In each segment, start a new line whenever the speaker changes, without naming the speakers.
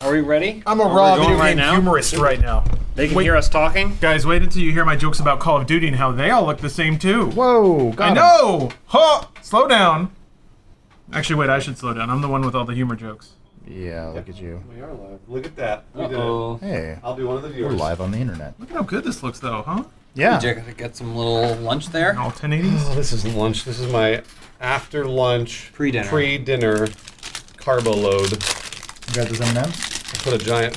Are we ready?
I'm a
we're
raw
going
video
right
game
now?
humorist right now.
They can
Wait.
hear us talking.
Guys, wait until you hear my jokes about Call of Duty and how they all look the same too.
Whoa, got
I
him.
know. Huh. Slow down. Actually, wait. I should slow down. I'm the one with all the humor jokes.
Yeah, look at you.
We are live. Look at that. We did it.
Uh-oh.
Hey,
I'll be one of the
we're
viewers.
live on the internet.
Look at how good this looks, though, huh?
Yeah.
Did you get some little lunch there?
All 1080s.
Oh, this is lunch. This is my after lunch
Pre-dinner.
pre-dinner carbo load. I
You got those M&Ms?
put a giant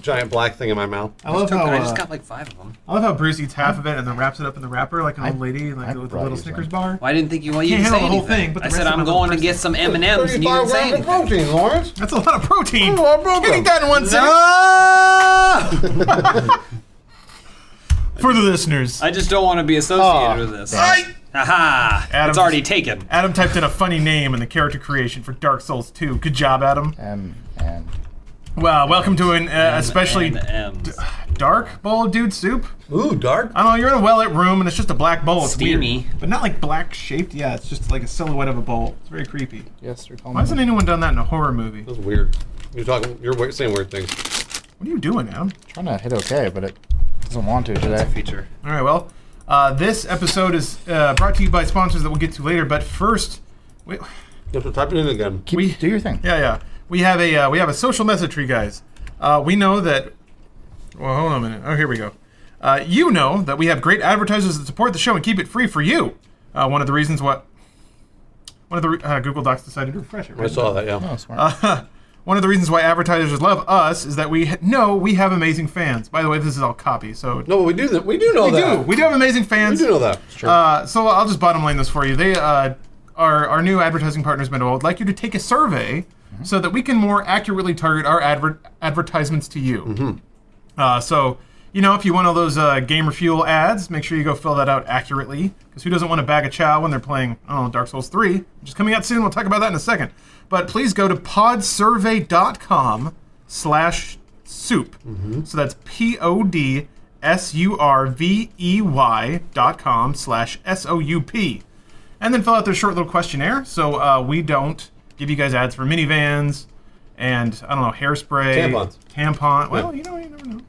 giant black thing in my mouth.
I love
Token,
how
Oh,
I just
uh,
got like five of them.
I love how Bruce eats half of it and then wraps it up in the wrapper like an old lady, like
I
with a
brought
little
you
Snickers
some.
bar.
Why didn't think you well, you
Can't
didn't say
handle the whole
anything.
thing, but the
I
rest
said
of
I'm
it was
going to
impressive.
get some M and M's, and you didn't say
grams of
anything.
protein, Lawrence.
That's a lot of protein.
Oh.
a lot of protein.
Can eat that in one sitting. For the listeners,
I just don't want to be associated
Aw.
with this.
I-
Haha!
Ah. Adam's-
It's already taken.
Adam typed in a funny name in the character creation for Dark Souls 2. Good job, Adam.
M and
Well, welcome to an uh, especially
M&Ms.
dark bowl of dude soup.
Ooh, dark.
I don't know. You're in a well-lit room, and it's just a black bowl. It's weird.
Steamy.
but not like black shaped. Yeah, it's just like a silhouette of a bowl. It's very creepy.
Yes, they're
Why hasn't anyone done that in a horror movie?
That's weird. You're talking. You're weird- saying weird things.
What are you doing, Adam?
trying to hit okay, but it doesn't want to today.
Feature.
All right. Well, uh, this episode is uh, brought to you by sponsors that we'll get to later. But first, wait.
You have to type it in again.
Keep,
We-
do your thing.
Yeah, yeah. We have a uh, we have a social message tree, guys. Uh, we know that. Well, hold on a minute. Oh, here we go. Uh, you know that we have great advertisers that support the show and keep it free for you. Uh, one of the reasons what one of the re- uh, Google Docs decided to refresh it.
I
Right?
saw that.
Oh,
Yeah.
smart.
Uh, One of the reasons why advertisers love us is that we ha- know we have amazing fans. By the way, this is all copy, so
No, but we do that. We do know
we
that.
do. We do have amazing
We
fans.
do know that.
Uh, so I'll just bottom line this for you. They, uh, our, our new advertising partners, Mendel, would like you to take a survey
Mm-hmm.
so that we can more accurately target our adver- advertisements to you.
Mm-hmm.
Uh, so, you know, if you want all those uh, Gamer Fuel ads, make sure you go fill that out accurately. Because who doesn't want a bag of chow when they're playing, I don't know, Dark Souls 3, which is coming out soon. We'll talk about that in a second. But please go to podsurvey.com slash soup. So that's P O D S U R V E Y dot com slash S O U P. And then fill out their short little questionnaire so uh, we don't give you guys ads for minivans and, I don't know, hairspray.
Tampons.
Tampon. Well, you know, you never know.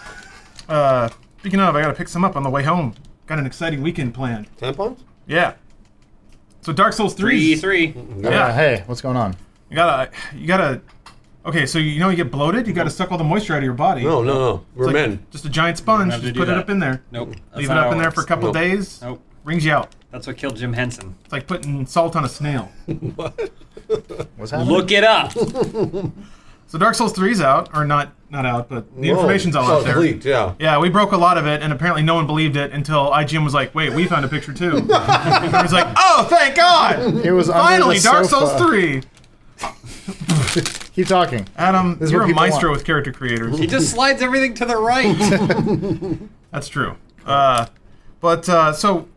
uh, speaking of, I got to pick some up on the way home. Got an exciting weekend planned.
Tampons.
Yeah. So Dark Souls 3.
Three, three.
Uh,
Yeah.
hey, what's going on?
You gotta, you gotta. Okay, so you know you get bloated. You gotta suck all the moisture out of your body.
No, no, no. We're
It's like
men.
Just a giant sponge.
have to
Just
do
put it
that.
up in there.
Nope. that's
Leave it
not how
up in there for a
works.
couple
Nope.
days.
Nope.
Rings you out.
That's what killed Jim Henson.
It's like putting salt on a snail.
What's happening?
Look it up.
so Dark Souls 3's out, or not, not out, but the
Whoa.
information's all
So
out there.
leaked, yeah.
Yeah, we broke a lot of it, and apparently no one believed it until IGN was like, "Wait, we found a picture too." and I was like, "Oh, thank God!
It was under
Finally,
the
Dark
sofa.
Souls 3."
Keep talking.
Adam,
is
you're
what
a
people
maestro
want.
with character creators.
He just slides everything to the right.
That's true. Uh, but uh, so,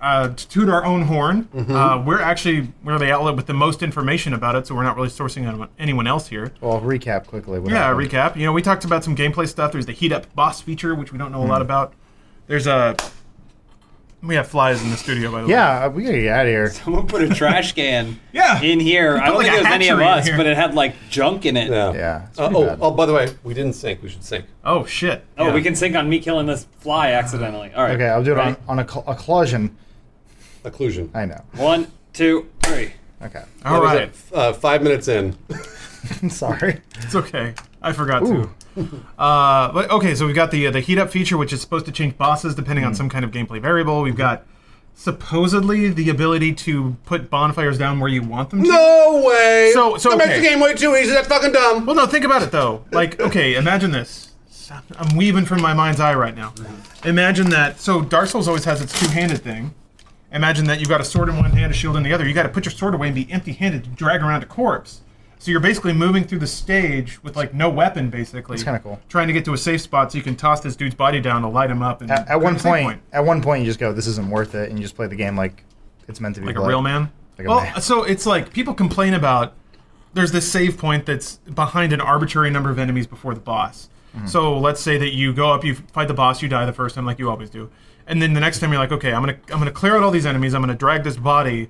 uh, to toot our own horn,
Mm-hmm.
uh, we're actually we're the outlet with the most information about it, so we're not really sourcing on anyone else here.
Well, recap quickly. What
Yeah,
happened.
recap. You know, we talked about some gameplay stuff. There's the heat up boss feature, which we don't know a lot about. There's a we have flies in the studio, by the way.
Yeah, uh, we gotta get out of here.
Someone put a trash can
Yeah.
in here. I don't
like,
think
a
it was any of
hatchery in
us,
here.
but it had like junk in it.
Yeah.
Yeah, it's
Uh,
pretty
oh,
bad.
oh, by the way, we didn't sync. We should sync.
Oh shit.
Oh,
Yeah.
we can sync on me killing this fly accidentally. All right.
Okay, I'll do it
Ready?
on, on a, cl- occlusion.
Occlusion.
I know.
One, two, three.
Okay.
All
What is
right.
it? F- Uh, five minutes in.
I'm sorry.
It's okay. I forgot to. Uh, but okay, so we've got the uh, the heat up feature, which is supposed to change bosses depending on some kind of gameplay variable. We've got supposedly the ability to put bonfires down where you want them to.
No way.
So- so,
that makes
okay.
the game way too easy. That's fucking dumb.
Well, no, think about it though. Like, okay, imagine this. I'm weaving from my mind's eye right now. Imagine that. So Dark Souls always has its two-handed thing. Imagine that you've got a sword in one hand, a shield in the other. You got to put your sword away and be empty-handed to drag around a corpse. So you're basically moving through the stage with like no weapon, basically. It's
kinda cool.
Trying to get to a safe spot so you can toss this dude's body down to light him up. And
At, at one
create a save
point, at one point, you just go, "This isn't worth it," and you just play the game like it's meant to be.
like
played.
a real man.
Like a
well,
man.
so it's like people complain about there's this save point that's behind an arbitrary number of enemies before the boss.
Mm-hmm.
So let's say that you go up, you fight the boss, you die the first time like you always do, and then the next time you're like, okay, I'm gonna I'm gonna clear out all these enemies, I'm gonna drag this body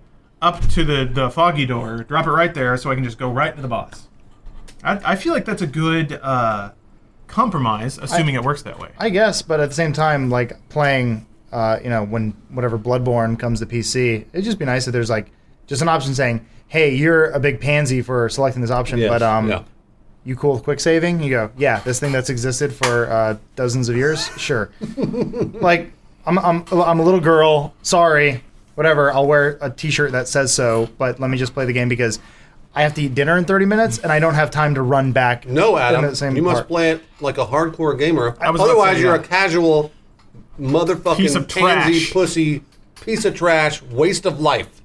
up to the the foggy door, drop it right there, so I can just go right to the boss. I, I feel like that's a good uh, compromise, assuming it works that way.
I guess, but at the same time, like playing, uh, you know, when whatever Bloodborne comes to PC, it'd just be nice if there's like just an option saying, "Hey, you're a big pansy for selecting this option,
Yes,
but um,
yeah.
you cool with quick saving?" You go, "Yeah, this thing that's existed for uh, dozens of years, sure." like, I'm I'm I'm a little girl. Sorry, whatever. I'll wear a T-shirt that says so, but let me just play the game because. I have to eat dinner in 30 minutes, and I don't have time to run back.
No,
in
Adam,
that same
you must
part.
play it like a hardcore gamer.
was about to
Otherwise,
say,
you're
yeah.
a casual motherfucking
Piece of
pansy
trash.
pussy piece of trash, waste of life.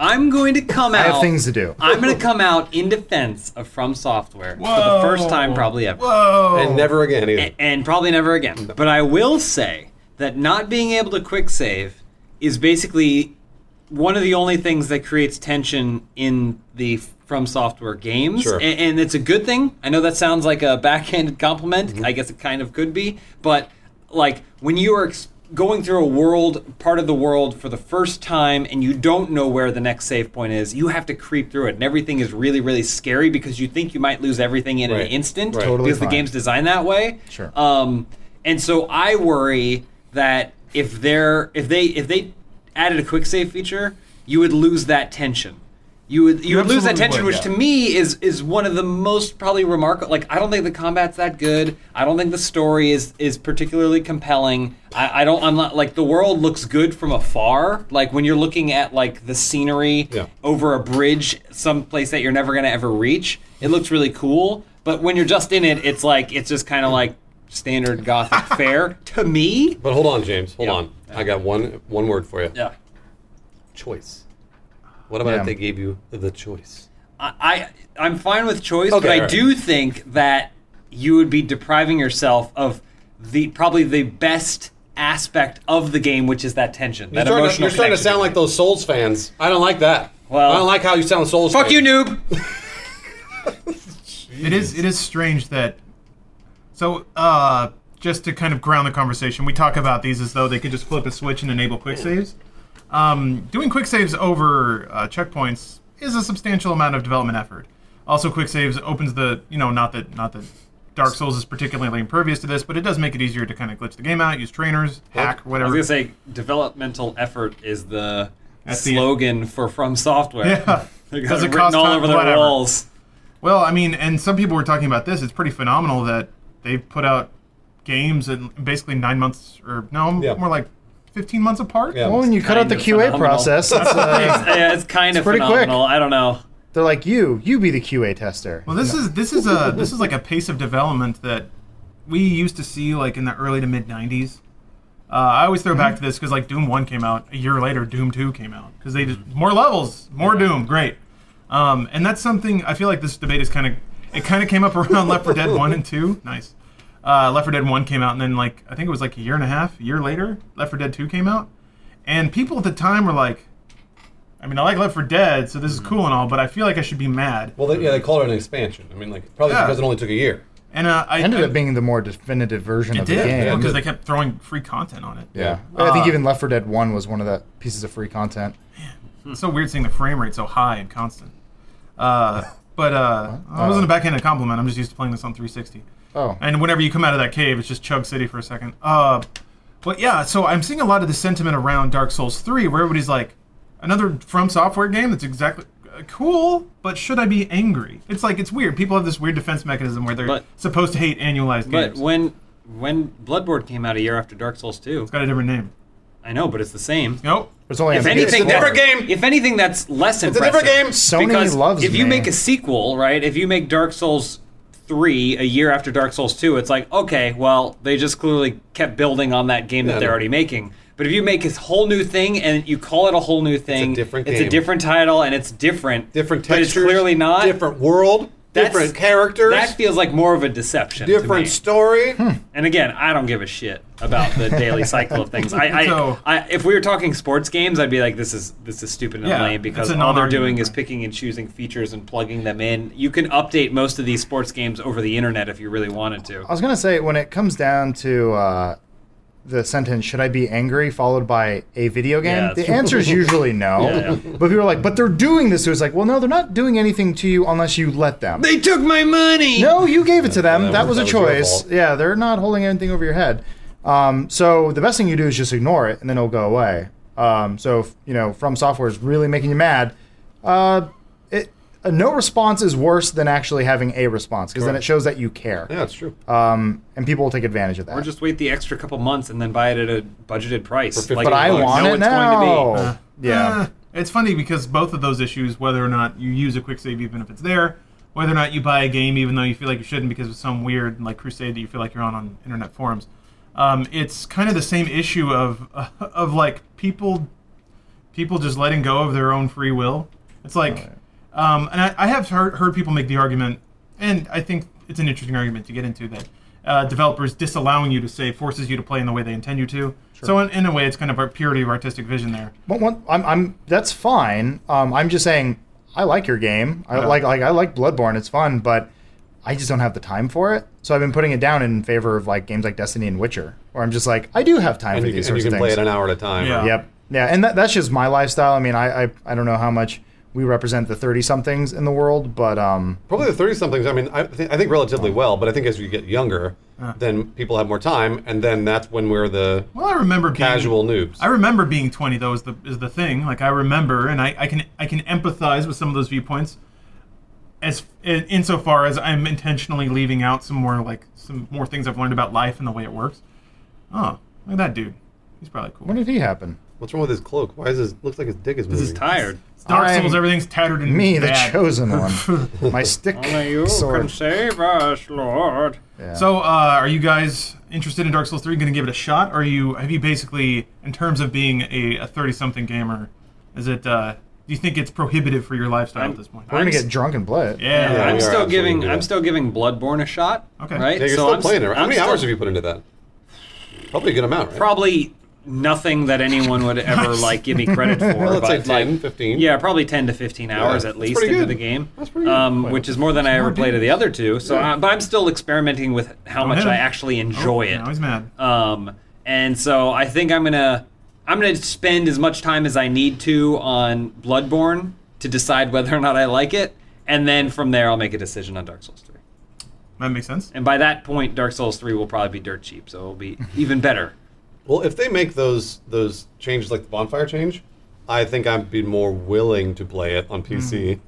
I'm going to come out.
I have things to do.
I'm going to come out in defense of From Software for the first time probably ever.
Whoa!
And never again either.
and probably never again. But I will say that not being able to quick save is basically one of the only things that creates tension in the From Software games,
Sure.
A- and, it's a good thing. I know that sounds like a backhanded compliment.
Mm-hmm.
I guess it kind of could be, but like when you are ex- going through a world, part of the world for the first time, and you don't know where the next save point is, you have to creep through it, and everything is really, really scary because you think you might lose everything in an
Right.
instant
Right.
Totally
because the
fine.
game's designed that way.
Sure.
Um, and so I worry that if they're if they if they added a quick save feature, you would lose that tension. You would you, would lose that
absolutely
tension,
would,
which
yeah.
to me is is one of the most probably remarkable. Like I don't think the combat's that good. I don't think the story is is particularly compelling. I, I don't. I'm not like the world looks good from afar. Like when you're looking at like the scenery
Yeah.
over a bridge, someplace that you're never gonna ever reach. It looks really cool, but when you're just in it, it's like it's just kind of like standard gothic fare to me.
But hold on, James. Hold
Yeah.
on. I got one one word for you.
Yeah,
Choice. What about
Yeah.
if they gave you the choice?
I, I I'm fine with choice,
Okay,
but I
all right.
do think that you would be depriving yourself of the probably the best aspect of the game, which is that tension, that
You're starting, to,
emotional.
you're starting to
connection.
sound like those Souls fans. I don't like that.
Well-
I don't like how you sound Souls.
Fuck
fans.
you, noob.
It is it is strange that so uh just to kind of ground the conversation, we talk about these as though they could just flip a switch and enable quick saves. Um, doing quick saves over uh, checkpoints is a substantial amount of development effort. Also, quick saves opens the you know not that not that Dark Souls is particularly impervious to this, but it does make it easier to kind of glitch the game out, use trainers, hack,
I was
whatever.
gonna say developmental effort is the
That's the-
slogan for From Software.
Yeah.
They got
Does
it
it
written
cost
all
time?
over their
Whatever.
walls.
Well, I mean, and some people were talking about this. It's pretty phenomenal that they've put out games in basically nine months or no,
Yeah.
more like fifteen months apart.
Yeah.
Well, when Oh, you cut out
Kind
the
of
QA
phenomenal.
process, it's, uh,
yeah, it's kind of
pretty quick.
phenomenal. I don't know.
they're like, you, you be the QA tester.
Well, this is this is a this is like a pace of development that we used to see like in the early to mid '90s. Uh, I always throw back to this because like Doom One came out a year later, Doom Two came out because they just more levels, more Doom, great. Um, and that's something I feel like this debate is kind of it kind of came up around Left 4 Dead One and Two. Nice. Uh, Left 4 Dead One came out, and then like I think it was like a year and a half, a year later, Left 4 Dead Two came out, and people at the time were like. I mean, I like Left 4 Dead, so this is cool and all, but I feel like I should be mad.
Well, they, yeah, they called it an expansion. I mean, like probably
Yeah.
because it only took a year.
And uh, I
ended
I-
up being the more definitive version
It
of the
did
game.
because they kept throwing free content on it.
yeah.
Ah.
I think even Left 4 Dead 1 was one of the pieces of free content.
It's so weird seeing the frame rate so high and constant. Uh, but uh, I wasn't a backhanded compliment. I'm just used to playing this on 360.
Oh.
And whenever you come out of that cave, it's just Chug City for a second. Uh, but yeah, so I'm seeing a lot of the sentiment around Dark Souls 3, where everybody's like, another From Software game that's exactly uh, cool, but should I be angry? It's like it's weird. People have this weird defense mechanism where they're
But-
supposed to hate annualized
But
games.
when when Bloodborne came out a year after Dark Souls 2,
Got a different name.
I know, but it's the same.
Nope.
It's only
If
on
anything,
PS4.
that-
different game.
If anything, that's less
a
impressive.
different game.
Sony
because
loves
if you
me.
make a sequel, right? If you make Dark Souls three a year after Dark Souls two, it's like okay, well, they just clearly kept building on that game that
Yeah, I
they're
know.
already making. But if you make this whole new thing and you call it a whole new thing,
different
it's
game.
a different title and it's different.
Different
but
textures.
it's clearly not
Different world.
That's-
different characters.
That feels like more of a deception. to
different
me.
story.
Hmm.
And again, I don't give a shit about the daily cycle of things. I, I,
So-
I if we were talking sports games, I'd be like, this is this is stupid and
Yeah,
lame because
it's a
all they're
non-argument,
doing is
right.
picking and choosing features and plugging them in. You can update most of these sports games over the internet if you really wanted to.
I was going to say, when it comes down to uh, the sentence should I be angry followed by a video game?
Yeah,
the
it's-
answer is usually no.
Yeah, yeah.
But people are like, but they're doing this. So it's like, well, no, they're not doing anything to you unless you let them.
They took my money.
No, you gave it to them.
that
that was,
was- that
a
was your
choice.
fault.
Yeah, they're not holding anything over your head. Um, so the best thing you do is just ignore it, and then it'll go away. Um, so if, you know, from software is really making you mad. Uh, it, a no response is worse than actually having a response because then it shows that you care,
Yeah, it's true.
um, and people will take advantage of that.
Or just wait the extra couple months and then buy it at a budgeted price.
For
but
like,
I
you know
want
it's
it now.
Going to be.
yeah.
Uh, it's funny because both of those issues, whether or not you use a quick save even if it's there, whether or not you buy a game even though you feel like you shouldn't because of some weird like crusade that you feel like you're on on internet forums, um, it's kind of the same issue of of like people people just letting go of their own free will. It's like, um, and I, I have heard, heard people make the argument, and I think it's an interesting argument to get into that uh, developers disallowing you to save forces you to play in the way they intend you to. So in, in a way, it's kind of a purity of artistic vision there.
But one, I'm, I'm that's fine. Um, I'm just saying I like your game. I like like I like Bloodborne. It's fun, but I just don't have the time for it. So I've been putting it down in favor of like games like Destiny and Witcher, where I'm just like I do have time
and
for
you can,
these
and you
sorts of
can
things.
play it an hour at a time.
Yeah.
right?
Yep. Yeah, and that, that's just my lifestyle. I mean, I, I I don't know how much we represent the thirty somethings in the world, but um,
Probably the thirty somethings. I mean, I, th- I think relatively well, but I think as you get younger, then people have more time, and then that's when we're the
Well, I remember being,
casual noobs.
I remember being 20 though is the is the thing. Like I remember, and I, I can I can empathize with some of those viewpoints, as in, insofar as I'm intentionally leaving out some more like some more things I've learned about life and the way it works. Oh, look at that dude. He's probably cool.
when did he happen?
What's wrong with his cloak? Why is his looks like his dick is
This
moving?
is tired.
It's Dark
I'm-
Souls, everything's tattered and
Me, the
bad.
chosen one. My stick sword.
save us, Lord.
Yeah.
So, uh, are you guys interested in Dark Souls 3? Going to give it a shot? Or are you have you basically, in terms of being a 30 something gamer, is it? Uh, do you think it's prohibitive for your lifestyle at this point?
we're gonna
I'm s-
get drunk and play it.
yeah.
Yeah,
I'm
we are
still
absolutely
giving.
gonna do
I'm
that.
still giving Bloodborne a shot.
Okay.
Right.
Yeah, you're
So
still
I'm
playing it. right? How
I'm
many
still-
hours have you put into that? Probably a good amount, right?
Probably nothing that anyone would ever like give me credit for.
Well, let's
but
say
like,
10, 15.
Yeah, probably 10 to 15 hours
that's
at least
pretty
into
good.
the game.
That's pretty good.
Um, which is more than I ever played of the other two. So, I, but I'm still experimenting with
Oh,
how much
ahead.
I actually enjoy
Oh, Now he's
it.
mad.
Um, and so I think I'm gonna I'm gonna spend as much time as I need to on Bloodborne to decide whether or not I like it, and then from there I'll make a decision on Dark Souls 3.
That makes sense.
And by that point, Dark Souls 3 will probably be dirt cheap, so it'll be even better.
Well, if they make those those changes like the bonfire change, I think I'd be more willing to play it on PC.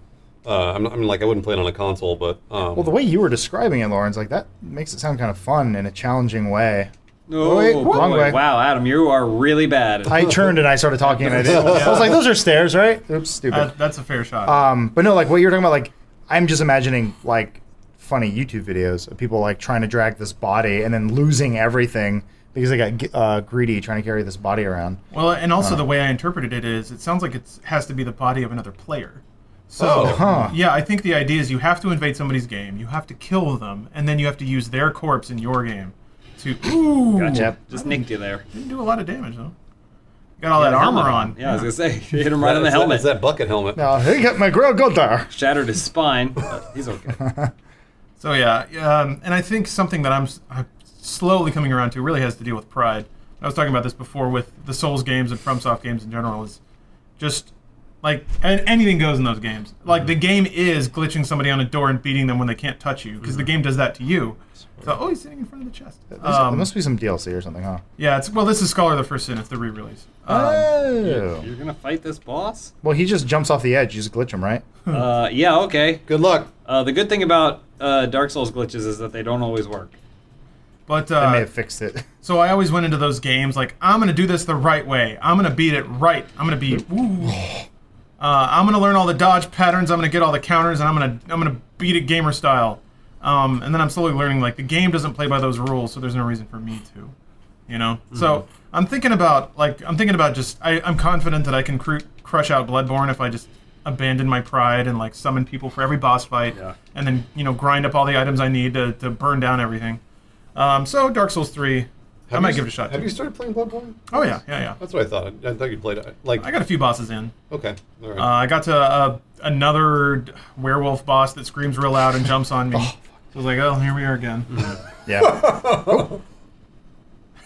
Hmm.
Uh, I'm, I'm like I wouldn't play it on a console, but um,
Well, the way you were describing it, Lawrence, like that makes it sound kind of fun in a challenging way.
Oh,
wait,
boy.
wrong way.
Wow, Adam, you are really bad.
I turned and I started talking, and I, didn't. I was like, "Those are stairs, right?" Oops, stupid.
That, that's a fair shot.
Um, but no, like what you were talking about, like I'm just imagining like funny YouTube videos of people like trying to drag this body and then losing everything because they got g- uh, greedy trying to carry this body around.
well, and also the way I interpreted it is, it sounds like it has to be the body of another player. So,
Oh,
huh.
yeah, I think the idea is you have to invade somebody's game, you have to kill them, and then you have to use their corpse in your game to. Ooh,
Yep.
Just nicked you there.
didn't do a lot of damage though. Got all that
Helmet
armor on.
Yeah, I was gonna say you hit him right on the
it's that-
helmet.
it's that bucket helmet.
Now, Uh, hey, get my girl, go there.
Shattered his spine. But he's okay.
So yeah, um, and I think something that I'm, s am slowly coming around to really has to deal with pride. I was talking about this before with the Souls games and FromSoft games in general is just like and anything goes in those games. Like
Mm-hmm.
the game is glitching somebody on a door and beating them when they can't touch you because the
Mm-hmm.
game does that to you. So oh, he's sitting in front of the chest.
There's-
Um,
there must be some DLC or something, huh?
yeah, it's well, this is Scholar of the First Sin. It's the re-release. Um,
oh.
You're gonna fight this boss?
Well, he just jumps off the edge. You just glitch him, right?
Uh, yeah, okay.
Good luck.
Uh, the good thing about uh, Dark Souls glitches is that they don't always work.
but
I may
uh,
have fixed it.
so I always went into those games like I'm gonna do this the right way. I'm gonna beat it right. I'm gonna be. Ooh. Uh, I'm gonna learn all the dodge patterns. I'm gonna get all the counters, and I'm gonna I'm gonna beat it gamer style. Um, and then I'm slowly learning like the game doesn't play by those rules, so there's no reason for me to, you know. So I'm thinking about like I'm thinking about just I, I'm confident that I can cru- crush out Bloodborne if I just abandon my pride and like summon people for every boss fight,
Yeah.
and then you know grind up all the items I need to, to burn down everything. Um, so Dark Souls three, I might
you,
give it a shot.
Have
too.
you started playing Bloodborne?
oh yeah, yeah, yeah.
That's what I thought. I thought you played it. Like
I got a few bosses in.
okay, all right.
Uh, I got to uh, another d- werewolf boss that screams real loud and oh,
Mm.
jumps on me. So I was like, oh, here we are again.
Yeah.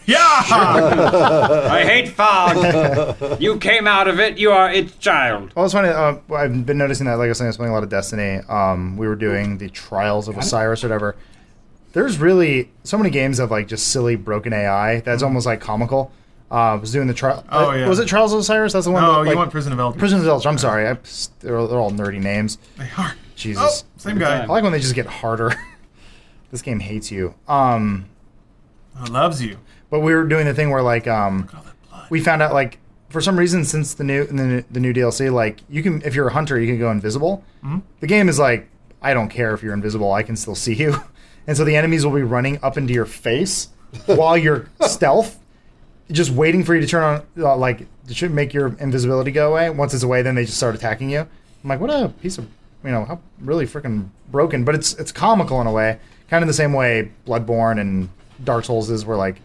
Yeah!
I hate fog. you came out of it. You are its child.
Well, it's funny. Uh, I've been noticing that. Like I was saying, I was playing a lot of Destiny. Um, we were doing the Trials of Osiris, or whatever. There's really so many games of like just silly broken AI that's almost like comical. Uh, I was doing the trial.
Mm-hmm. Oh, yeah.
Was it Trials of Osiris? That's the one.
Oh,
that,
you
like-
want Prison of Elder?
Prison of Elders. I'm sorry. I, they're, they're all nerdy names.
They are.
Jesus.
Oh, same guy.
I like when they just get harder. this game hates you. Um,
Oh, loves you.
but we were doing the thing where like um,
All that blood.
we found out like for some reason since the new the new, the new DLC, like you can if you're a hunter, you can go invisible. The game is like I don't care if you're invisible, I can still see you, and so the enemies will be running up into your face while you're stealth, just waiting for you to turn on uh, like it should make your invisibility go away. Once it's away, then they just start attacking you. I'm like, what a piece of you know how really freaking broken, but it's it's comical in a way, kind of the same way Bloodborne and Dark Souls is, where like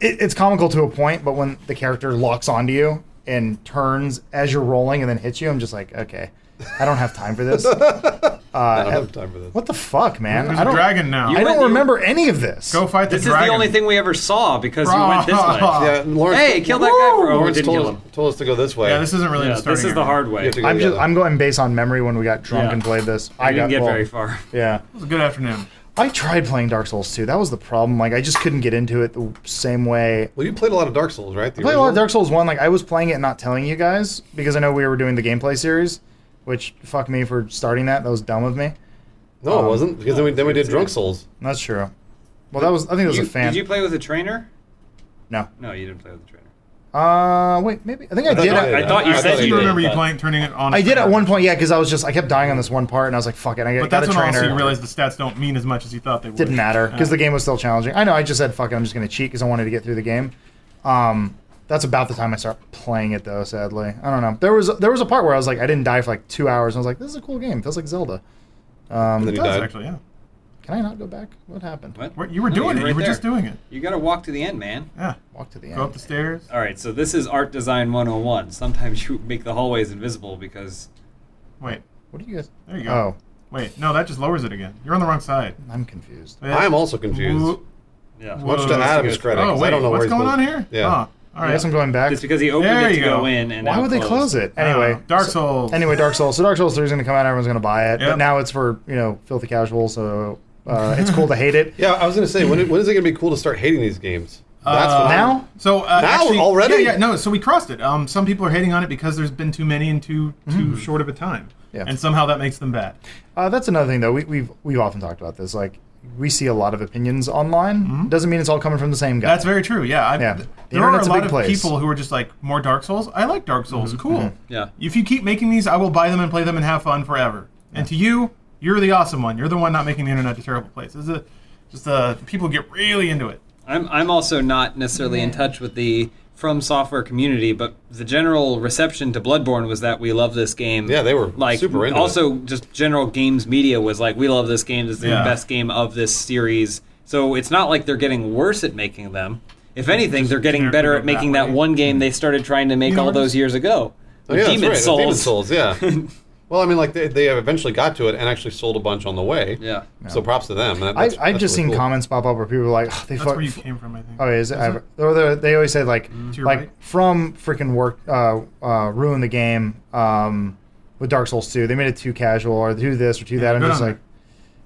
it, it's comical to a point, but when the character locks onto you and turns as you're rolling and then hits you, I'm just like, okay, I don't have time for this.
I don't have time for this.
what the fuck, man?
There's
I
a
don't,
dragon now.
I
went- you-
don't remember any of this.
Go fight the
This
dragon.
is the only thing we ever saw because you went this
Ah.
way.
Yeah, and Lawrence.
Hey, kill that guy for. Oh, we
Lawrence
didn't
told,
kill
us-
him.
told us to go this way.
Yeah, this isn't
Yeah,
really the
this
starting
is the
area.
hard
You
way.
have to go
I'm
the
just
other-
I'm going based on memory when we got drunk
Yeah.
and played this. I
I didn't
got
get
well,
very far.
Yeah,
It was a good afternoon.
I tried playing Dark Souls 2. That was the problem. Like I just couldn't get into it the same way.
Well, you played a lot of Dark Souls, right? The
I played a lot of
original?
Dark Souls 1. Like I was playing it and not telling you guys because I know we were doing the gameplay series, which fuck me for starting that. That was dumb of me.
No, it wasn't. Because then we, then we did Drunk Souls.
That's true. Well, that was. I think it was
You-
a fan.
Did you play with a trainer?
no.
No, you didn't play with a trainer.
Uh, wait, maybe I think I did.
you
at-
did.
I,
I thought you
I
said
thought
you
You
did.
remember you
but-
playing, turning it on.
did at one point, yeah, because I was just I kept dying on this one part, and I was like, "Fuck it," I
But
got
that's
a
when
trainer.
also you realize the stats don't mean as much as you thought they would. Uh,
Didn't matter because the game was still challenging. I know. I just said, "Fuck it," I'm just gonna cheat because I wanted to get through the game. Um, that's about the time I started playing it, though. Sadly, I don't know. There was there was a part where I was like, I didn't die for like two hours, and I was like, "This is a cool game. Feels like Zelda."
And then
Um,
you
It does,
died.
actually, yeah.
can I not go back? What happened?
What?
Where- You were
No, you're
doing it. You
right
were
there.
just doing it.
You got to walk to the end, man.
Yeah.
Walk to the
Go up the
end.
stairs.
All right, so this is art design 101. Sometimes you make the hallways invisible because
Wait.
What do you guys?
There you go.
Oh,
Wait. No, that just lowers it again. You're on the wrong side.
I'm confused.
I am also confused.
Woo-
yeah,
What?
Much
Whoa,
to
that's
Adam's
good.
credit.
Oh
'cause
wait,
I don't know where
what's
he's
going on
moved.
here?
Yeah.
Oh, all
I
right.
guess I'm going back.
it's because he opened
There
it to
you
go.
go.
in and
Why
now
would they
closed.
close it anyway?
Uh, Dark
so-
Souls.
anyway, Dark Souls. So Dark Souls Three is going to come out. Everyone's going to buy it.
Yep.
But now it's for you know filthy casual. So uh, it's cool to hate it.
Yeah, I was gonna say, when, when is it gonna be cool to start hating these games? That's
Uh,
what I'm-
Now
So uh,
Now?
actually,
Already?
Yeah, yeah, no. So we crossed it. Um, some people are hating on it because there's been too many and too too short of a time,
Mm-hmm. Yeah.
and somehow that makes them bad.
uh, that's another thing though. We, we've we've often talked about this. Like we see a lot of opinions online. Doesn't mean it's all coming from the same guy.
Mm-hmm. That's very true. Yeah, I,
Yeah. The
th- there are a
internet's a
lot
big
of
place. Mm-hmm.
people who are just like more Dark Souls. I like Dark Souls. Cool.
Yeah.
If you keep making these, I will buy them and play them and have fun forever. And to you, you're the awesome one. You're the one not making the internet a terrible place. This is a, just uh, people get really into it.
I'm I'm also not necessarily in touch with the from software community, but the general reception to Bloodborne was that we love this game.
Yeah, they were
like
super into
also just general games media was like we love this game. This is
Yeah.
the best game of this series. So it's not like they're getting worse at making them. If anything, they're getting better at
generically go
making
that
that
way.
one game they started trying to make
know
all
what
those years ago.
Oh, yeah,
Demon
that's right.
Souls.
Demon Souls, yeah. well, I mean, like they, they eventually got to it and actually sold a bunch on the way.
Yeah.
So props to them. That-
I,
that's-
I've
that's
just
really
seen
cool.
comments pop up where people are like, oh, they
That's
fuck.
where you came from, I think.
Oh, is it? Mm. I've- or they- they always say like,
To your
like
right.
from freaking work, uh, uh, ruin the game um, with Dark Souls two. They made it too casual, or do this or do that. I'm
good
just
on
like,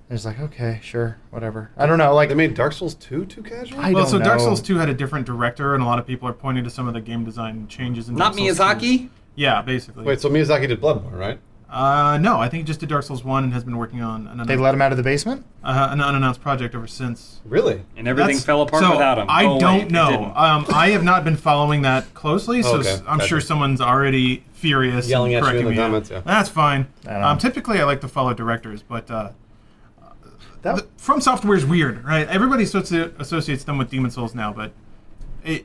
I'm just like, okay, sure, whatever. I don't know. Like,
They made Dark Souls 2 too casual?
I
well,
don't
so Dark
know.
Souls 2 had a different director, and a lot of people are pointing to some of the game design changes. In
Not
Dark Souls 2.
Miyazaki.
Yeah, basically.
Wait, so Miyazaki did Bloodborne, right?
Uh, no, I think he just did Dark Souls 1 and has been working on an,
They let him out of the basement.
uh, an unannounced project ever since.
Really?
And everything
That's-
fell apart
so
without him.
I
Oh, wait,
don't
it
know.
didn't.
Um, I have not been following that closely, so
Okay,
s- I'm
gotcha.
sure someone's already furious, and
Yelling at you in
correcting
the
me.
comments, yeah.
That's fine.
don't
Um,
know.
typically, I like to follow directors, but uh,
That,
the- From Software's weird, right? Everybody associ- associates them with Demon Souls now, but it,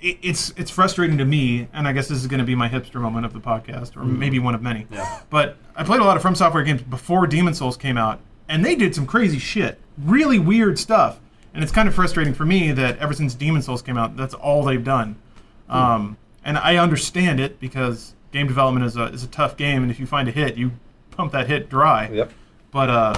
it it's it's frustrating to me, and I guess this is going to be my hipster moment of the podcast, or maybe one of many.
Yeah.
But I played a lot of From Software games before Demon Souls came out, and they did some crazy shit, really weird stuff, and it's kind of frustrating for me that ever since Demon Souls came out, that's all they've done. Um, and I understand it because game development is a is a tough game, and if you find a hit, you pump that hit dry.
Yep.
But uh,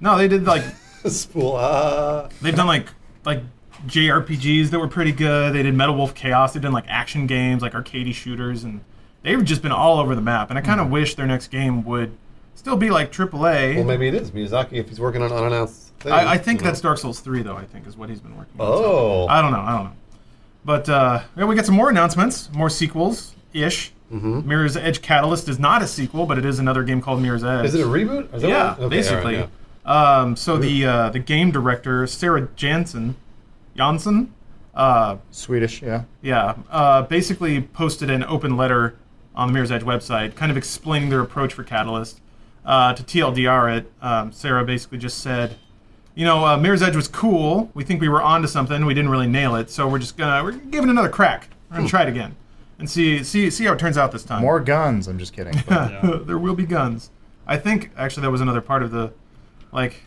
no, they did like
Spool. ah.
They've done like like JRPGs that were pretty good. They did Metal Wolf Chaos. They've done like action games, like arcade shooters, and they've just been all over the map. And I kind of wish their next game would still be like AAA.
Hmm. Well, maybe it is Miyazaki if he's working on unannounced things.
I, I think
you know.
that's Dark Souls 3, though, I think, is what he's been working on. so-
Oh,
I don't know. I don't know. But uh, yeah, we got some more announcements, more sequels ish.
Mm-hmm.
Mirror's Edge Catalyst is not a sequel, but it is another game called Mirror's Edge.
is it a reboot? Is that
yeah,
what- okay, all right,
basically.
yeah.
Um, so the uh, the game director Sarah Jansen, Jansen, uh,
Swedish, yeah.
yeah, uh, basically posted an open letter on the Mirror's Edge website, kind of explaining their approach for Catalyst. Uh, to TLDR it, um, Sarah basically just said, you know, uh, Mirror's Edge was cool. We think we were onto something. We didn't really nail it, so we're just gonna we're giving it another crack. We're
Hmm.
gonna try it again and see see see how it turns out this time.
More guns. I'm just kidding. But
there will be guns. I think actually that was another part of the, like,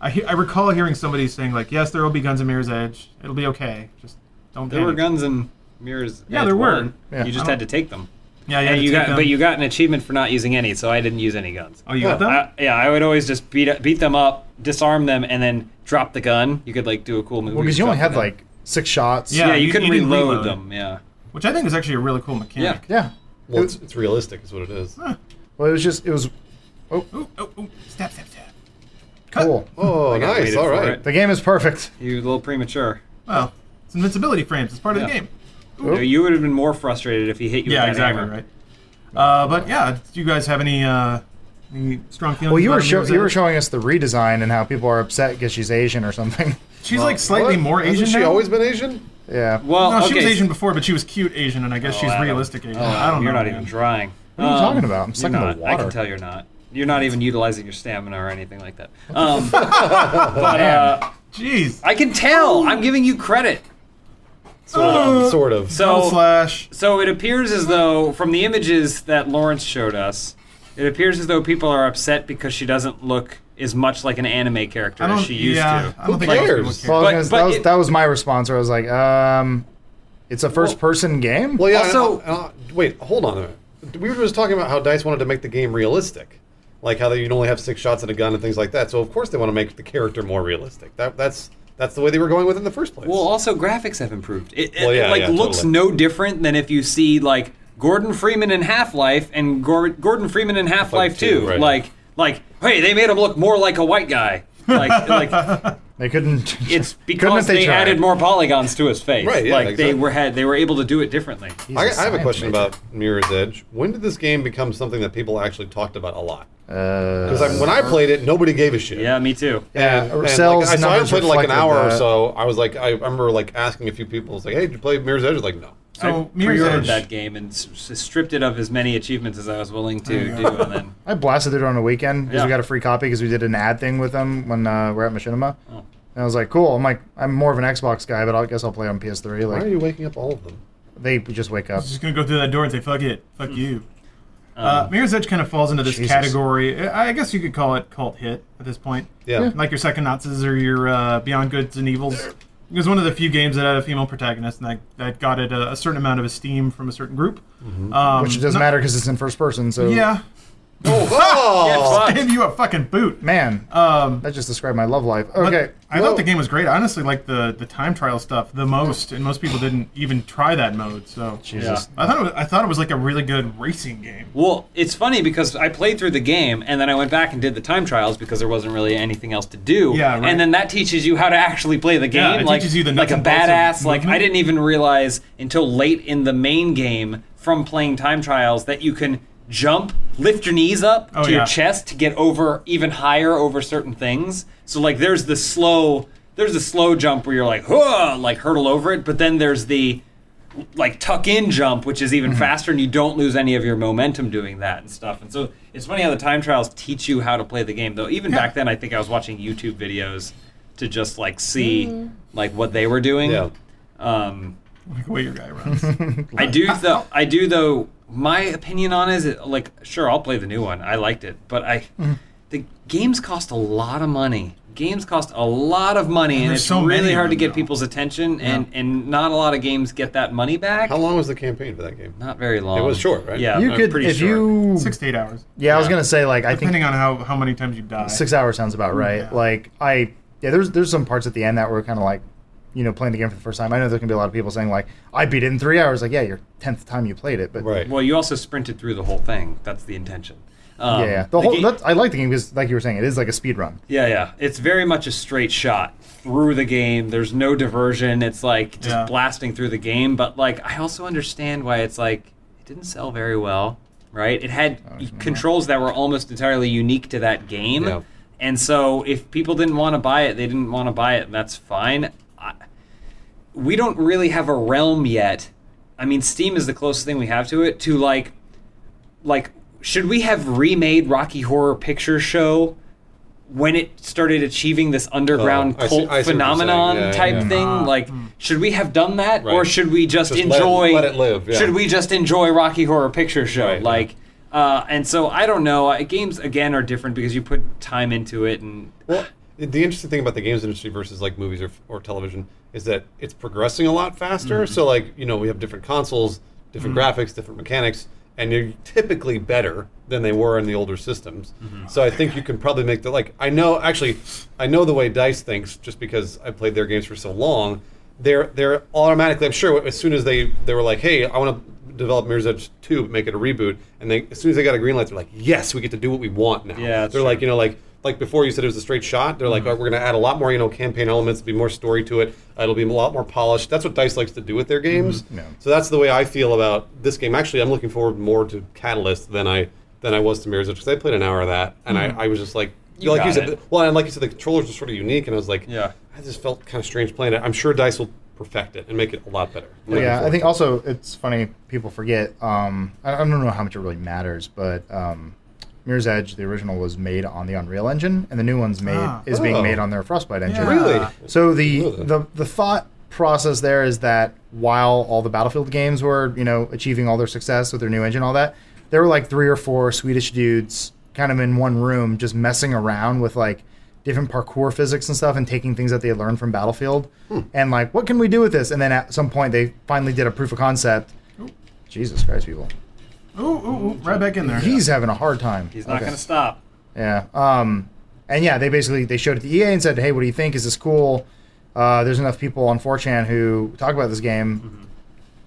I he- I recall hearing somebody saying like, yes, there will be guns in Mirror's Edge. It'll be okay. Just don't.
There were
panic."
guns and mirrors.
Yeah,
at
there were.
one.
Yeah.
You just had to take them.
Yeah, yeah.
And you
take
got,
them.
but you got an achievement for not using any, so I didn't use any guns.
Oh, you got
Oh,
them.
I, yeah, I would always just beat up, beat them up, disarm them, and then drop the gun. You could like do a cool move.
well,
where
because you only
drop
had
the gun.
like six shots.
yeah,
Yeah,
you,
you-
couldn't
you didn't
reload,
reload.
them. Yeah,
which I think is actually a really cool mechanic.
Yeah.
Well, it's, it's realistic, is what it is.
Well, it was just it was
Ooh, ooh, ooh, stab, stab, stab.
cool.
Oh, nice.
waited
All
for
right.
it.
The game is perfect.
you were a little premature.
Well, it's invincibility frames. It's part of the
Yeah.
game.
You, know, you would have been more frustrated if he hit you.
Yeah,
with that
exactly.
hammer.
Right. Uh, but yeah, do you guys have any uh, any strong feelings?
Well, you were
about
show,
Mirror's
you were
Edge?
showing us the redesign and how people are upset because she's Asian or something.
She's like slightly
What?
more Asian
Hasn't she
now.
always been Asian?
Yeah.
Well,
no,
okay.
she was Asian before, but she was cute Asian, and I guess
Oh,
she's
Adam.
realistic Asian.
Oh,
I don't
You're
know.
not
man.
even trying.
What are you talking about? I'm stuck in the
not. I
water.
can tell you're not. You're not even utilizing your stamina or anything like that. Um, but uh,
Jeez.
I can tell. I'm giving you credit.
Sort of. Um, sort of.
Um, So
slash.
So it appears as though, from the images that Lawrence showed us, it appears as though people are upset because she doesn't look as much like an anime character
I don't.
as she used
yeah,
to.
I don't
Who
think most people
cares?
care.
Well, I
But-
was
but
gonna- that, was,
it-
that was my response. Where I was like, um, it's a first person game.
well, yeah.
Also-
and I- and I- wait, hold on a minute. We were just talking about how Dice wanted to make the game realistic, like how they, you'd only have six shots at a gun and things like that. So of course they want to make the character more realistic. That, that's that's the way they were going with it in the first place.
Well, also graphics have improved. It, it-
Well, yeah,
it, like
yeah,
looks
totally.
no different than if you see like Gordon Freeman in Half Life and Gor- Gordon Freeman in Half Life
two,
Two.
right.
Like, like, hey, they made him look more like a white guy. Like, like
they couldn't.
it's
couldn't
because
if they,
they,
tried.
added more polygons to his face.
Right, yeah,
like they
exactly.
were had they were able to do it differently.
He's
I, I have a
science
question
major.
about Mirror's Edge. When did this game become something that people actually talked about a lot?
Uh,
Because when I played it, nobody gave a shit.
Yeah, me too.
Yeah,
And,
or
and
sales
like, I, so I
numbers
played like an
reflected
hour or
that.
so. I was like, I, remember like asking a few people, I was like, "Hey, did you play Mirror's Edge?" I was like, no.
I
So Mirror's
pre-ordered
Edge.
that game and s- s- stripped it of as many achievements as I was willing to do, and then
I blasted it on a weekend because
Yeah.
we got a free copy because we did an ad thing with them when uh, we we're at Machinima.
Oh.
And I was like, cool. I'm like, I'm more of an Xbox guy, but I guess I'll play on PS3.
Why are
Like,
you waking up all of them?
they just wake up.
Just gonna go through that door and say, "Fuck it, fuck you."
Hmm.
Uh, Mirror's Edge kind of falls into this
Jesus.
category. I I guess you could call it cult hit at this point.
Yeah.
Yeah.
Like your Second Nazis or your uh, Beyond Goods and Evils. It was one of the few games that had a female protagonist, and that, that got it a, a certain amount of esteem from a certain group.
Mm-hmm.
Um,
Which doesn't matter because it's in first person. So,
Yeah,
Oh,
Yeah, fuck.
give you a fucking boot.
man,
Uh,
Um,
that just described my love life.
But
Okay.
I
Well-
thought the game was great. I honestly liked the the time trial stuff the most, and most people didn't even try that mode. So
Jesus.
I thought it was, I thought it was like a really good racing game.
Well, it's funny because I played through the game and then I went back and did the time trials because there wasn't really anything else to do.
Yeah, right.
And then that teaches you how to actually play the game.
Yeah, it
like,
teaches you the
like
nuts
a
and bolts of
badass. Like I
movement.
didn't even realize until late in the main game from playing time trials that you can jump, lift your knees up
Oh,
to your
yeah.
chest to get over even higher over certain things. So like there's the slow there's the slow jump where you're like, Whoa, like hurdle over it, but then there's the like tuck in jump, which is
Mm-hmm.
even faster, and you don't lose any of your momentum doing that and stuff. And so it's funny how the time trials teach you how to play the game. Though even back then, I think I was watching YouTube videos to just like see
Mm.
like what they were doing.
Yeah.
Um,
Like the way your guy runs.
I do though. I do though. My opinion on it is it, like sure, I'll play the new one. I liked it, but I
Mm-hmm.
the games cost a lot of money. Games cost a lot of money, and,
there's
it's
so many
really
of
hard to
them
get
now.
people's attention, and and not a lot of games get that money back.
How long was the campaign for that game?
Not very long.
It was short, right?
Yeah,
you
I'm
could,
pretty
if
sure.
you.
Six to eight hours,
yeah, I was going to say, like, I think
depending on how, how many times you die.
six hours sounds about right. Like I, yeah, there's there's some parts at the end that were kind of like, you know playing the game for the first time. I know there's gonna be a lot of people saying like, I beat it in three hours. Like, yeah, your tenth time you played it, but
Right.
Well, you also sprinted through the whole thing. That's the intention. Um,
yeah, yeah. The whole
game-
that's, I like the game because like you were saying, it is like a speed run.
yeah, yeah. It's very much a straight shot through the game. There's no diversion. It's like just
Yeah.
blasting through the game. But like, I also understand why it's like it didn't sell very well, right? It had controls that were almost entirely unique to that game,
Yeah.
and so if people didn't want to buy it, they didn't want to buy it, and that's fine. I, we don't really have a realm yet. I mean, Steam is the closest thing we have to it. To like, like, should we have remade Rocky Horror Picture Show when it started achieving this underground
Oh,
cult
I see- I see what you're saying.
phenomenon
Yeah,
type
yeah.
thing? like, should we have done that, or
Right.
should we just,
Just let it-
enjoy?
let it live, yeah.
Should we just enjoy Rocky Horror Picture Show?
Right, yeah.
like. Uh, and so I don't know. Uh, Games again are different because you put time into it, and
Well, the the interesting thing about the games industry versus like movies or, or television is that it's progressing a lot faster.
Mm-hmm.
So like you know we have different consoles, different graphics, different mechanics, and they're typically better than they were in the older systems.
Mm-hmm.
So I think you can probably make the like I know actually I know the way Dice thinks just because I played their games for so long. They're they're automatically I'm sure as soon as they they were like hey I want to develop Mirror's Edge 2 make it a reboot and they as soon as they got a green light they're like yes we get to do what we want now
Yeah, that's
they're
true.
like you know like like before you said it was a straight shot they're
Mm-hmm.
like oh, we're going to add a lot more you know campaign elements be more story to it Uh, it'll be a lot more polished that's what dice likes to do with their
Mm-hmm.
games
Yeah.
so that's the way i feel about this game actually i'm looking forward more to catalyst than i than i was to mirrors because i played an hour of that and I, I was just like
Mm-hmm. You
like you
got
said
it.
the- well and like you said the controllers are sort of unique and i was like
Yeah.
i just felt kind of strange playing it i'm sure dice will perfect it and make it a lot better I'm looking
yeah, I
forward
think
to it.
also it's funny people forget. Um, I, I don't know how much it really matters, but um, Mirror's Edge, the original, was made on the Unreal Engine, and the new one's made
Ah.
is being
Oh.
made on their Frostbite engine.
Yeah.
really
Ah.
So the,
Really?
the the thought process there is that while all the Battlefield games were you know achieving all their success with their new engine, and all that, there were like three or four Swedish dudes kind of in one room just messing around with like different parkour physics and stuff and taking things that they had learned from Battlefield and like what can we do with this? And then at some point they finally did a proof of concept. Jesus Christ, people,
Ooh, ooh, ooh, right back in there.
he's having a hard time.
he's not
Okay.
going to stop.
Yeah. Um, and yeah, they basically they showed it to EA and said, "Hey, what do you think? Is this cool? Uh, there's enough people on 4chan who talk about this game.
Mm-hmm.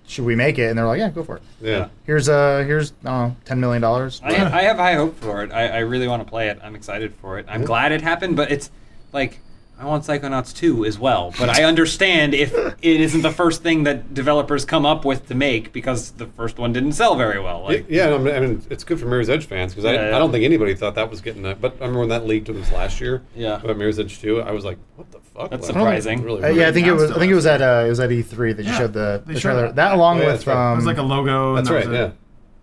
Should we make it?" And they're like, "Yeah, go for it.
yeah
Here's uh here's I don't know, ten million dollars."
I, I have high hope for it. I, I really want to play it. I'm excited for it. I'm glad it happened, but it's like I want Psychonauts 2 as well. But I understand if it isn't the first thing that developers come up with to make because the first one didn't sell very well. Like,
yeah, no, I mean- I mean it's good for Mirror's Edge fans because I,
Yeah, yeah.
I don't think anybody thought that was getting that. But I remember when that leaked to us last year.
Yeah.
about Mirror's Edge two, I was like, what the fuck?
That's
Like,
surprising.
Really,
Uh, yeah, I think it was. I think it was
Yeah.
at uh, it was at E3 that you
Yeah,
showed the,
they
the
showed
trailer.
it.
That along
Oh, yeah,
with
that's right.
um,
It
It was like a logo.
That's
and
right.
that was
Yeah.
it.